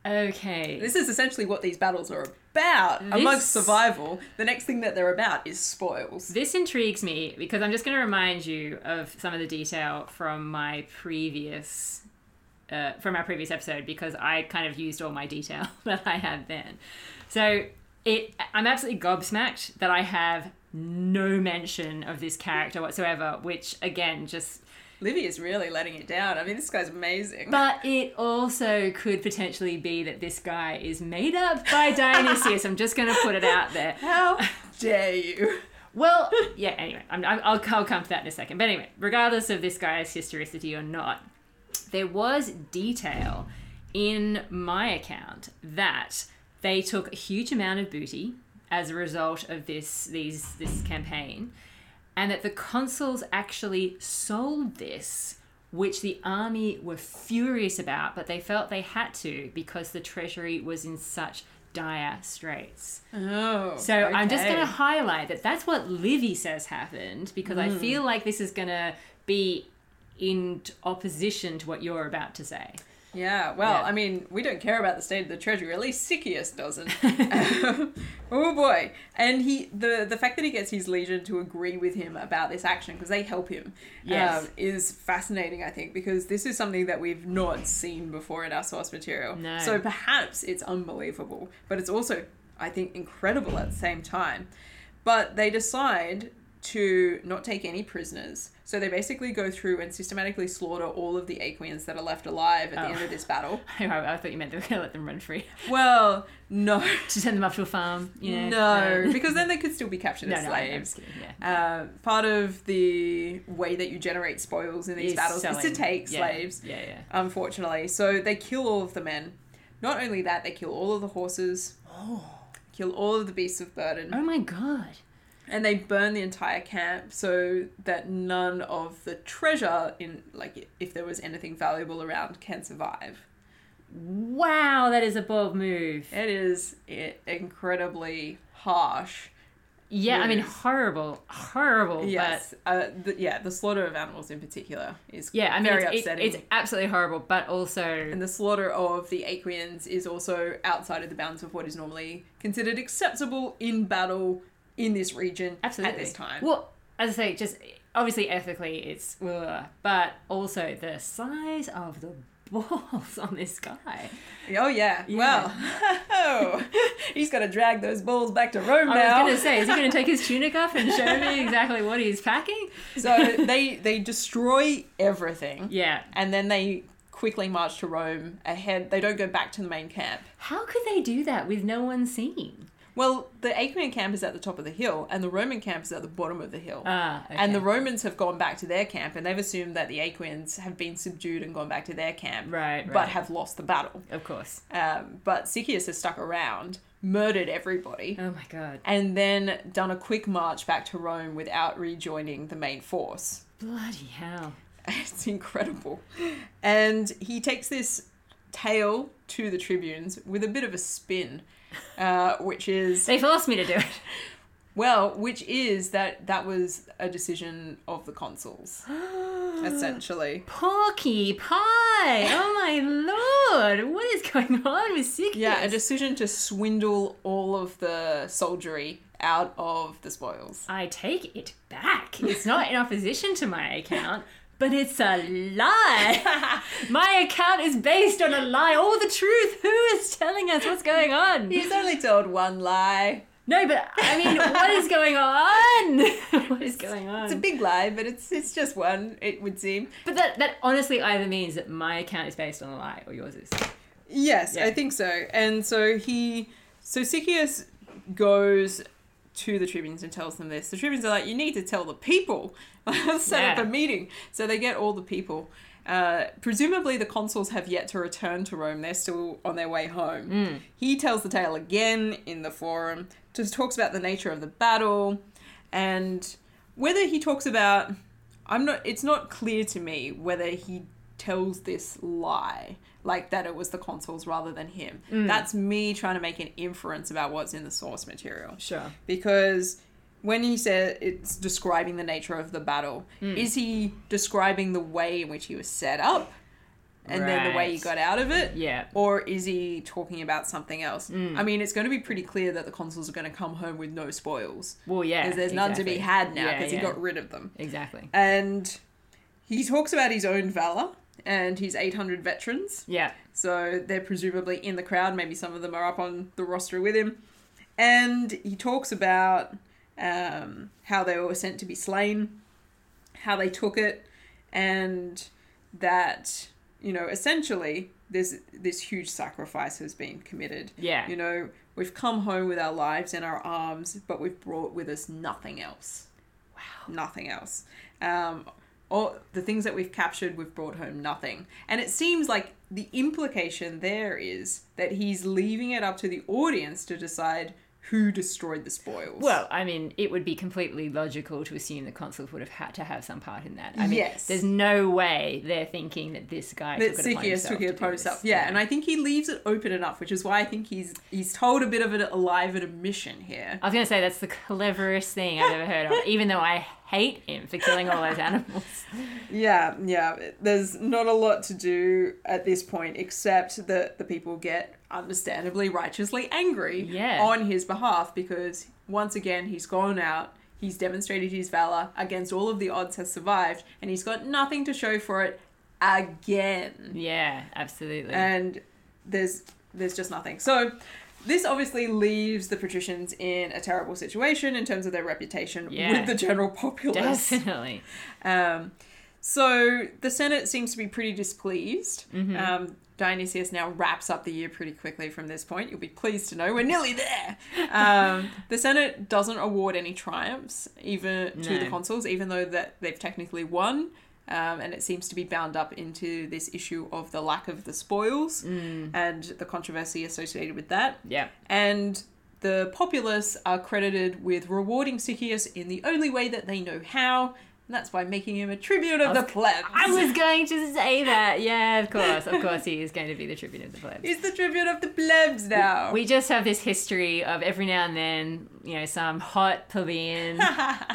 Speaker 1: Okay.
Speaker 2: This is essentially what these battles are about. Amongst
Speaker 1: This-
Speaker 2: survival, the next thing that they're about is spoils.
Speaker 1: This intrigues me because I'm just going to remind you of some of the detail from my previous. Uh, from our previous episode because I kind of used all my detail [LAUGHS] that I had then. So it I'm absolutely gobsmacked that I have no mention of this character whatsoever, which again just
Speaker 2: Livy is really letting it down. I mean, this guy's amazing.
Speaker 1: but it also could potentially be that this guy is made up by Dionysius. I'm just going to put it out there.
Speaker 2: [LAUGHS] How dare you?
Speaker 1: Well, yeah, anyway, I'm, I'm, I'll, I'll come to that in a second. But anyway, regardless of this guy's historicity or not, there was detail in my account that they took a huge amount of booty as a result of this these this campaign and that the consuls actually sold this which the army were furious about but they felt they had to because the treasury was in such dire straits
Speaker 2: Oh.
Speaker 1: [LAUGHS] so I'm just
Speaker 2: okay.
Speaker 1: going to highlight that that's what Livy says happened because
Speaker 2: Hmm.
Speaker 1: I feel like this is going to be in t- opposition to what you're about to say. [LAUGHS]
Speaker 2: Yeah, well,
Speaker 1: Yeah.
Speaker 2: I mean, we don't care about the state of the treasury. At least Sychaeus doesn't.
Speaker 1: [LAUGHS]
Speaker 2: [LAUGHS] Um, oh boy! And he, the the fact that he gets his legion to agree with him about this action because they help him, um,
Speaker 1: Yes.
Speaker 2: is fascinating. I think because this is something that we've not seen before in our source material.
Speaker 1: No.
Speaker 2: So perhaps it's unbelievable, but it's also, I think, incredible at the same time. But they decide to not take any prisoners. So they basically go through and systematically slaughter all of the Aquians that are left alive at the
Speaker 1: Oh.
Speaker 2: end of this
Speaker 1: [LAUGHS]
Speaker 2: battle.
Speaker 1: I, I thought you meant they were going to let them run free [LAUGHS]
Speaker 2: Well, no.
Speaker 1: to send them off to a farm. You know, [LAUGHS]
Speaker 2: No,
Speaker 1: uh,
Speaker 2: [LAUGHS] because then they could still be captured
Speaker 1: no,
Speaker 2: as
Speaker 1: no, I'm- I'm
Speaker 2: slaves.
Speaker 1: just kidding, yeah.
Speaker 2: Uh, part of the way that you generate spoils in these
Speaker 1: Is
Speaker 2: battles is to
Speaker 1: selling.
Speaker 2: take
Speaker 1: Yeah,
Speaker 2: slaves.
Speaker 1: Yeah, yeah.
Speaker 2: unfortunately. So they kill all of the men. Not only that, they kill all of the horses. Kill all of the beasts of burden.
Speaker 1: Oh my god.
Speaker 2: And they burn the entire camp so that none of the treasure in like if there was anything valuable around can survive.
Speaker 1: Wow, that is a bold move.
Speaker 2: It is i- incredibly harsh.
Speaker 1: Yeah, I mean,
Speaker 2: Yes.
Speaker 1: horrible, horrible. But
Speaker 2: Yes. Uh, the, yeah, the slaughter of animals in particular is
Speaker 1: yeah, I mean,
Speaker 2: very
Speaker 1: it's, it-
Speaker 2: upsetting.
Speaker 1: it's absolutely horrible, but also.
Speaker 2: And the slaughter of the Aquians is also outside of the bounds of what is normally considered acceptable in battle in this region
Speaker 1: absolutely
Speaker 2: at this time.
Speaker 1: Well, as I say, just obviously ethically, it's ugh, but also the size of the [LAUGHS] balls on this guy.
Speaker 2: oh yeah. [LAUGHS] Well, he's got to drag those balls back to Rome
Speaker 1: I was
Speaker 2: now.
Speaker 1: going to say, is he going to take his tunic off and show me exactly what he's packing?
Speaker 2: so they they destroy everything,
Speaker 1: Yeah.
Speaker 2: and then they quickly march to Rome ahead. They don't go back to the main camp.
Speaker 1: How could they do that with no one seeing?
Speaker 2: Well, the Aquian camp is at the top of the hill, and the Roman camp is at the bottom of the hill.
Speaker 1: Ah, okay.
Speaker 2: And the Romans have gone back to their camp, and they've assumed that the Aquians have been subdued and gone back to their camp,
Speaker 1: Right, right.
Speaker 2: but have lost the battle.
Speaker 1: of course.
Speaker 2: Um, but Sychaeus has stuck around, murdered everybody,
Speaker 1: Oh my god.
Speaker 2: and then done a quick march back to Rome without rejoining the main force.
Speaker 1: Bloody hell.
Speaker 2: [LAUGHS] It's incredible. And he takes this tale to the tribunes with a bit of a spin, uh, which is
Speaker 1: They forced me to do it.
Speaker 2: well, which is that that was a decision of the consuls, essentially.
Speaker 1: Porky pie! Oh my lord! What is going on with Sikius?
Speaker 2: Yeah, a decision to swindle all of the soldiery out of the spoils.
Speaker 1: I take it back. It's not in opposition to my account, but it's a
Speaker 2: [LAUGHS]
Speaker 1: lie. my account is based on a lie. All the truth. Who is telling us what's going on?
Speaker 2: He's only told one lie.
Speaker 1: No, but I mean, what is going on? [LAUGHS] what is going on?
Speaker 2: It's a big lie, but it's it's just one. It would seem.
Speaker 1: but that, that honestly either means that my account is based on a lie or yours is.
Speaker 2: Yes,
Speaker 1: Yeah.
Speaker 2: I think so. And so he, so Sycius goes to the tribunes and tells them this. The tribunes are like, you need to tell the people. [LAUGHS] Set
Speaker 1: Yeah.
Speaker 2: up a meeting. So they get all the people. Uh, presumably, the consuls have yet to return to Rome. They're still on their way home.
Speaker 1: Mm.
Speaker 2: He tells the tale again in the forum. Just talks about the nature of the battle, and whether he talks about. I'm not. It's not clear to me whether he tells this lie, like that it was the consuls rather than him. That's me trying to make an inference about what's in the source material
Speaker 1: Sure.
Speaker 2: because when he said it's describing the nature of the battle, is he describing the way in which he was set up and then the way he
Speaker 1: Right.
Speaker 2: got out of it?
Speaker 1: Yeah.
Speaker 2: Or is he talking about something else? I mean, it's going to be pretty clear that the consuls are going to come home with no spoils.
Speaker 1: Well, yeah.
Speaker 2: Because there's none to be
Speaker 1: exactly.
Speaker 2: had now
Speaker 1: Yeah,
Speaker 2: because
Speaker 1: yeah.
Speaker 2: he got rid of them.
Speaker 1: Exactly.
Speaker 2: And he talks about his own valor and his 800 veterans.
Speaker 1: Yeah.
Speaker 2: So they're presumably in the crowd. Maybe some of them are up on the roster with him. And he talks about um, how they were sent to be slain, how they took it, and that you know essentially this this huge sacrifice has been committed.
Speaker 1: Yeah.
Speaker 2: You know we've come home with our lives in our arms, but we've brought with us nothing else. Wow. Nothing else. Um, all the things that we've captured, we've brought home nothing. And it seems like the implication there is that he's leaving it up to the audience to decide who destroyed the spoils.
Speaker 1: Well, I mean, it would be completely logical to assume the consuls would have had to have some part in that. I mean,
Speaker 2: Yes.
Speaker 1: there's no way they're thinking that this guy
Speaker 2: that
Speaker 1: took it upon
Speaker 2: Sikius
Speaker 1: himself.
Speaker 2: took
Speaker 1: to
Speaker 2: it upon
Speaker 1: do this.
Speaker 2: himself. Yeah, and I think he leaves it open enough, which is why I think he's he's told a bit of it alive at a mission here.
Speaker 1: I was going to say that's the cleverest thing I've ever heard
Speaker 2: [LAUGHS]
Speaker 1: of, even though I hate him for killing all those animals.
Speaker 2: Yeah, yeah. There's not a lot to do at this point except that the people get understandably righteously angry
Speaker 1: Yeah.
Speaker 2: on his behalf because once again he's gone out, he's demonstrated his valor against all of the odds, has survived, and he's got nothing to show for it again.
Speaker 1: Yeah, absolutely.
Speaker 2: And there's there's just nothing. So this obviously leaves the patricians in a terrible situation in terms of their reputation
Speaker 1: Yeah.
Speaker 2: with the general populace.
Speaker 1: Definitely.
Speaker 2: Um, so the Senate seems to be pretty displeased. Um, Dionysius now wraps up the year pretty quickly from this point. You'll be pleased to know we're nearly there. Um, the Senate doesn't award any triumphs even to the
Speaker 1: No.
Speaker 2: consuls, even though that they've technically won. Um, and it seems to be bound up into this issue of the lack of the spoils and the controversy associated with that. [LAUGHS]
Speaker 1: Yeah.
Speaker 2: And the populace are credited with rewarding Sycius in the only way that they know how, and that's by making him a tribune of the plebs.
Speaker 1: I was going to say that. Yeah, of course. Of course, he is going to be the tribune of the plebs.
Speaker 2: He's the tribune of the plebs now.
Speaker 1: We just have this history of every now and then, you know, some hot
Speaker 2: [LAUGHS]
Speaker 1: plebeian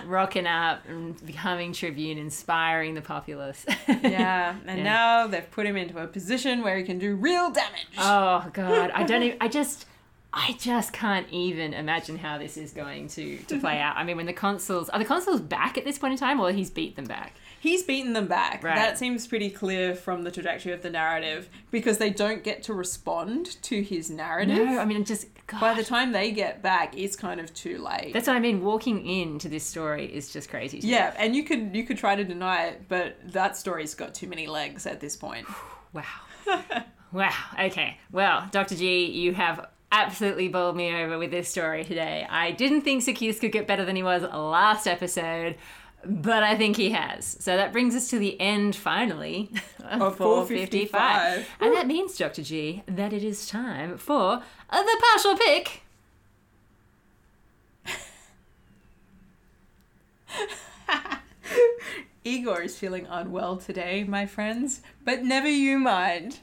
Speaker 1: rocking up and becoming tribune, inspiring the populace.
Speaker 2: yeah, and
Speaker 1: Yeah.
Speaker 2: now they've put him into a position where he can do real damage.
Speaker 1: [LAUGHS] oh God, I don't. Even, I just, I just can't even imagine how this is going to to play out. I mean, when the consuls are the consuls back at this point in time, or he's beat them back.
Speaker 2: He's beaten them back.
Speaker 1: Right.
Speaker 2: That seems pretty clear from the trajectory of the narrative because they don't get to respond to his narrative.
Speaker 1: No, I mean, just God.
Speaker 2: By the time they get back, it's kind of too late.
Speaker 1: that's what I mean. Walking into this story is just crazy. to me.
Speaker 2: yeah, and you could you could try to deny it, but that story's got too many legs at this point.
Speaker 1: Wow. wow. Okay. Well, Dr. G, you have absolutely bowled me over with this story today. I didn't think Sakius could get better than he was last episode, but I think he has. So that brings us to the end, finally, [LAUGHS] of
Speaker 2: Of
Speaker 1: 455.
Speaker 2: 455.
Speaker 1: And that means, Dr. G, that it is time for the partial pick.
Speaker 2: Igor is feeling unwell today, my friends, but never you mind.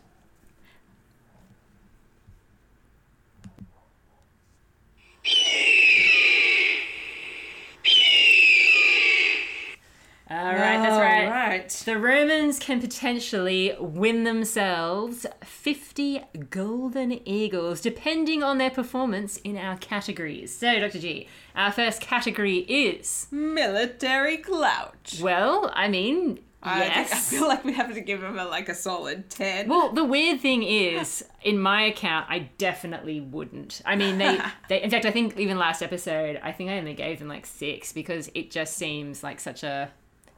Speaker 1: All right, that's right.
Speaker 2: Right.
Speaker 1: The Romans can potentially win themselves 50 golden eagles depending on their performance in our categories. So, Dr. G, our first category is.
Speaker 2: Military clout.
Speaker 1: Well, I mean,
Speaker 2: I, think-
Speaker 1: yes.
Speaker 2: I feel like we have to give him a, like a solid 10.
Speaker 1: Well, the weird thing is, in my account, I definitely wouldn't. I mean,
Speaker 2: [LAUGHS]
Speaker 1: they, they. In fact, I think even last episode, I think I only gave them like six because it just seems like such a,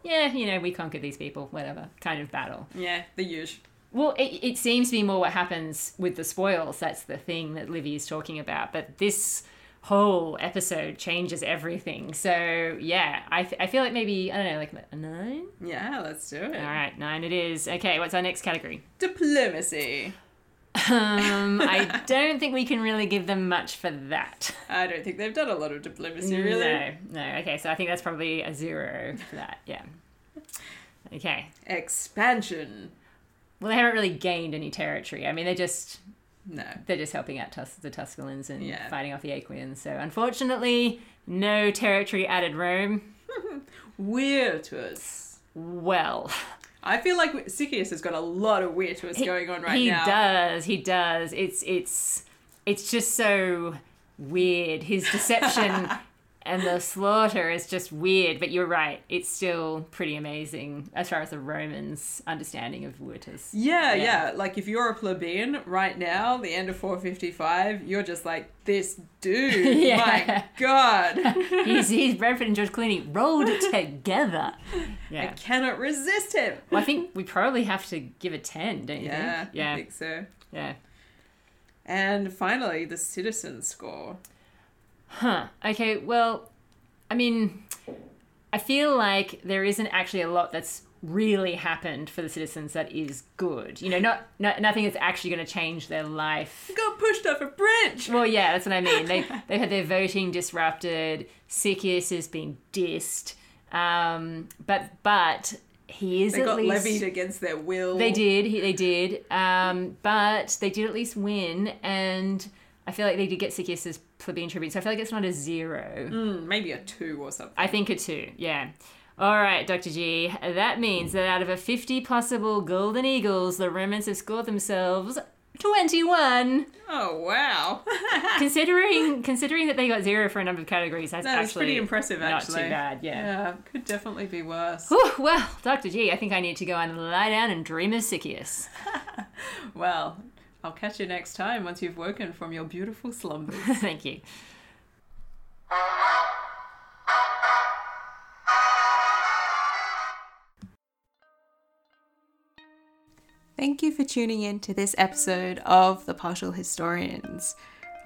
Speaker 1: yeah, you know, we conquered these people, whatever kind of battle.
Speaker 2: yeah, the usual.
Speaker 1: Well, it, it seems to be more what happens with the spoils. That's the thing that Livy is talking about. But this whole episode changes everything. So yeah, I, f- I feel like maybe I don't know, like a nine.
Speaker 2: Yeah, let's do it.
Speaker 1: All right, nine it is. Okay, what's our next category?
Speaker 2: Diplomacy.
Speaker 1: Um,
Speaker 2: [LAUGHS]
Speaker 1: I don't think we can really give them much for that.
Speaker 2: I don't think they've done a lot of diplomacy, really.
Speaker 1: No, no. Okay, so I think that's probably a zero for that. Yeah. Okay.
Speaker 2: Expansion.
Speaker 1: Well, they haven't really gained any territory. I mean, they're just
Speaker 2: No.
Speaker 1: they're just helping out Tus- the Tusculans and
Speaker 2: Yeah.
Speaker 1: fighting off the Aquians. So unfortunately, no territory added Rome.
Speaker 2: Weird to us.
Speaker 1: Well,
Speaker 2: I feel like Sicius has got a lot of weird to us going on right
Speaker 1: he
Speaker 2: now.
Speaker 1: does. He does. It's it's it's just so weird. His
Speaker 2: [LAUGHS]
Speaker 1: deception and the slaughter is just weird. But you're right. It's still pretty amazing as far as the Romans' understanding of Virtus.
Speaker 2: Yeah,
Speaker 1: Yeah.
Speaker 2: yeah, Like if you're a plebeian right now, the end of 455, you're just like this dude.
Speaker 1: [LAUGHS] Yeah.
Speaker 2: My God,
Speaker 1: [LAUGHS] [LAUGHS] he's, he's Brentford and George Clooney rolled together. Yeah.
Speaker 2: cannot resist him.
Speaker 1: Well, I think we probably have to give a ten, don't you
Speaker 2: Yeah,
Speaker 1: think? Yeah.
Speaker 2: I think so.
Speaker 1: Yeah.
Speaker 2: And finally, the citizen score.
Speaker 1: Huh. Okay, well, I mean, I feel like there isn't actually a lot that's really happened for the citizens that is good. You know, not, not nothing that's actually going to change their life.
Speaker 2: Got pushed off a bridge.
Speaker 1: Well, yeah, that's what I mean.
Speaker 2: [LAUGHS]
Speaker 1: They they've had their voting disrupted. Sicius is being dissed. Um, but but he is
Speaker 2: They
Speaker 1: at
Speaker 2: got
Speaker 1: least
Speaker 2: levied against their will.
Speaker 1: They did. He, they did. Um, but they did at least win, and I feel like they did get Sicius's plebeian tribute. So I feel like it's not a zero.
Speaker 2: Mm, maybe a two or something.
Speaker 1: I think a two. Yeah. All right, Dr. G. That means that out of a 50 possible golden eagles, the Romans have scored themselves 21.
Speaker 2: [LAUGHS] Oh wow, [LAUGHS]
Speaker 1: considering considering that they got zero for a number of categories, that's
Speaker 2: that is
Speaker 1: actually
Speaker 2: pretty impressive.
Speaker 1: not
Speaker 2: Actually,
Speaker 1: too bad. Yeah.
Speaker 2: Yeah, could definitely be worse.
Speaker 1: Whew, well, Dr. G, I think I need to go and lie down and dream of Sicius.
Speaker 2: Well, I'll catch you next time once you've woken from your beautiful
Speaker 1: [LAUGHS]
Speaker 2: slumber.
Speaker 1: Thank you.
Speaker 2: Thank you for tuning in to this episode of The Partial Historians.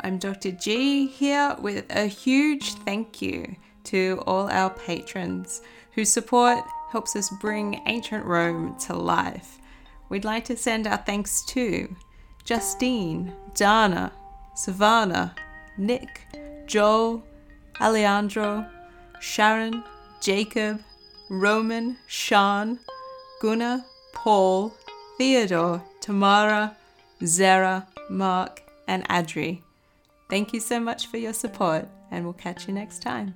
Speaker 2: I'm Dr. G here with a huge thank you to all our patrons whose support helps us bring ancient Rome to life. We'd like to send our thanks to Justine, Dana, Savannah, Nick, Joel, Alejandro, Sharon, Jacob, Roman, Sean, Gunnar, Paul, Theodore, Tamara, Zara, Mark, and Adri. Thank you so much for your support, and we'll catch you next time.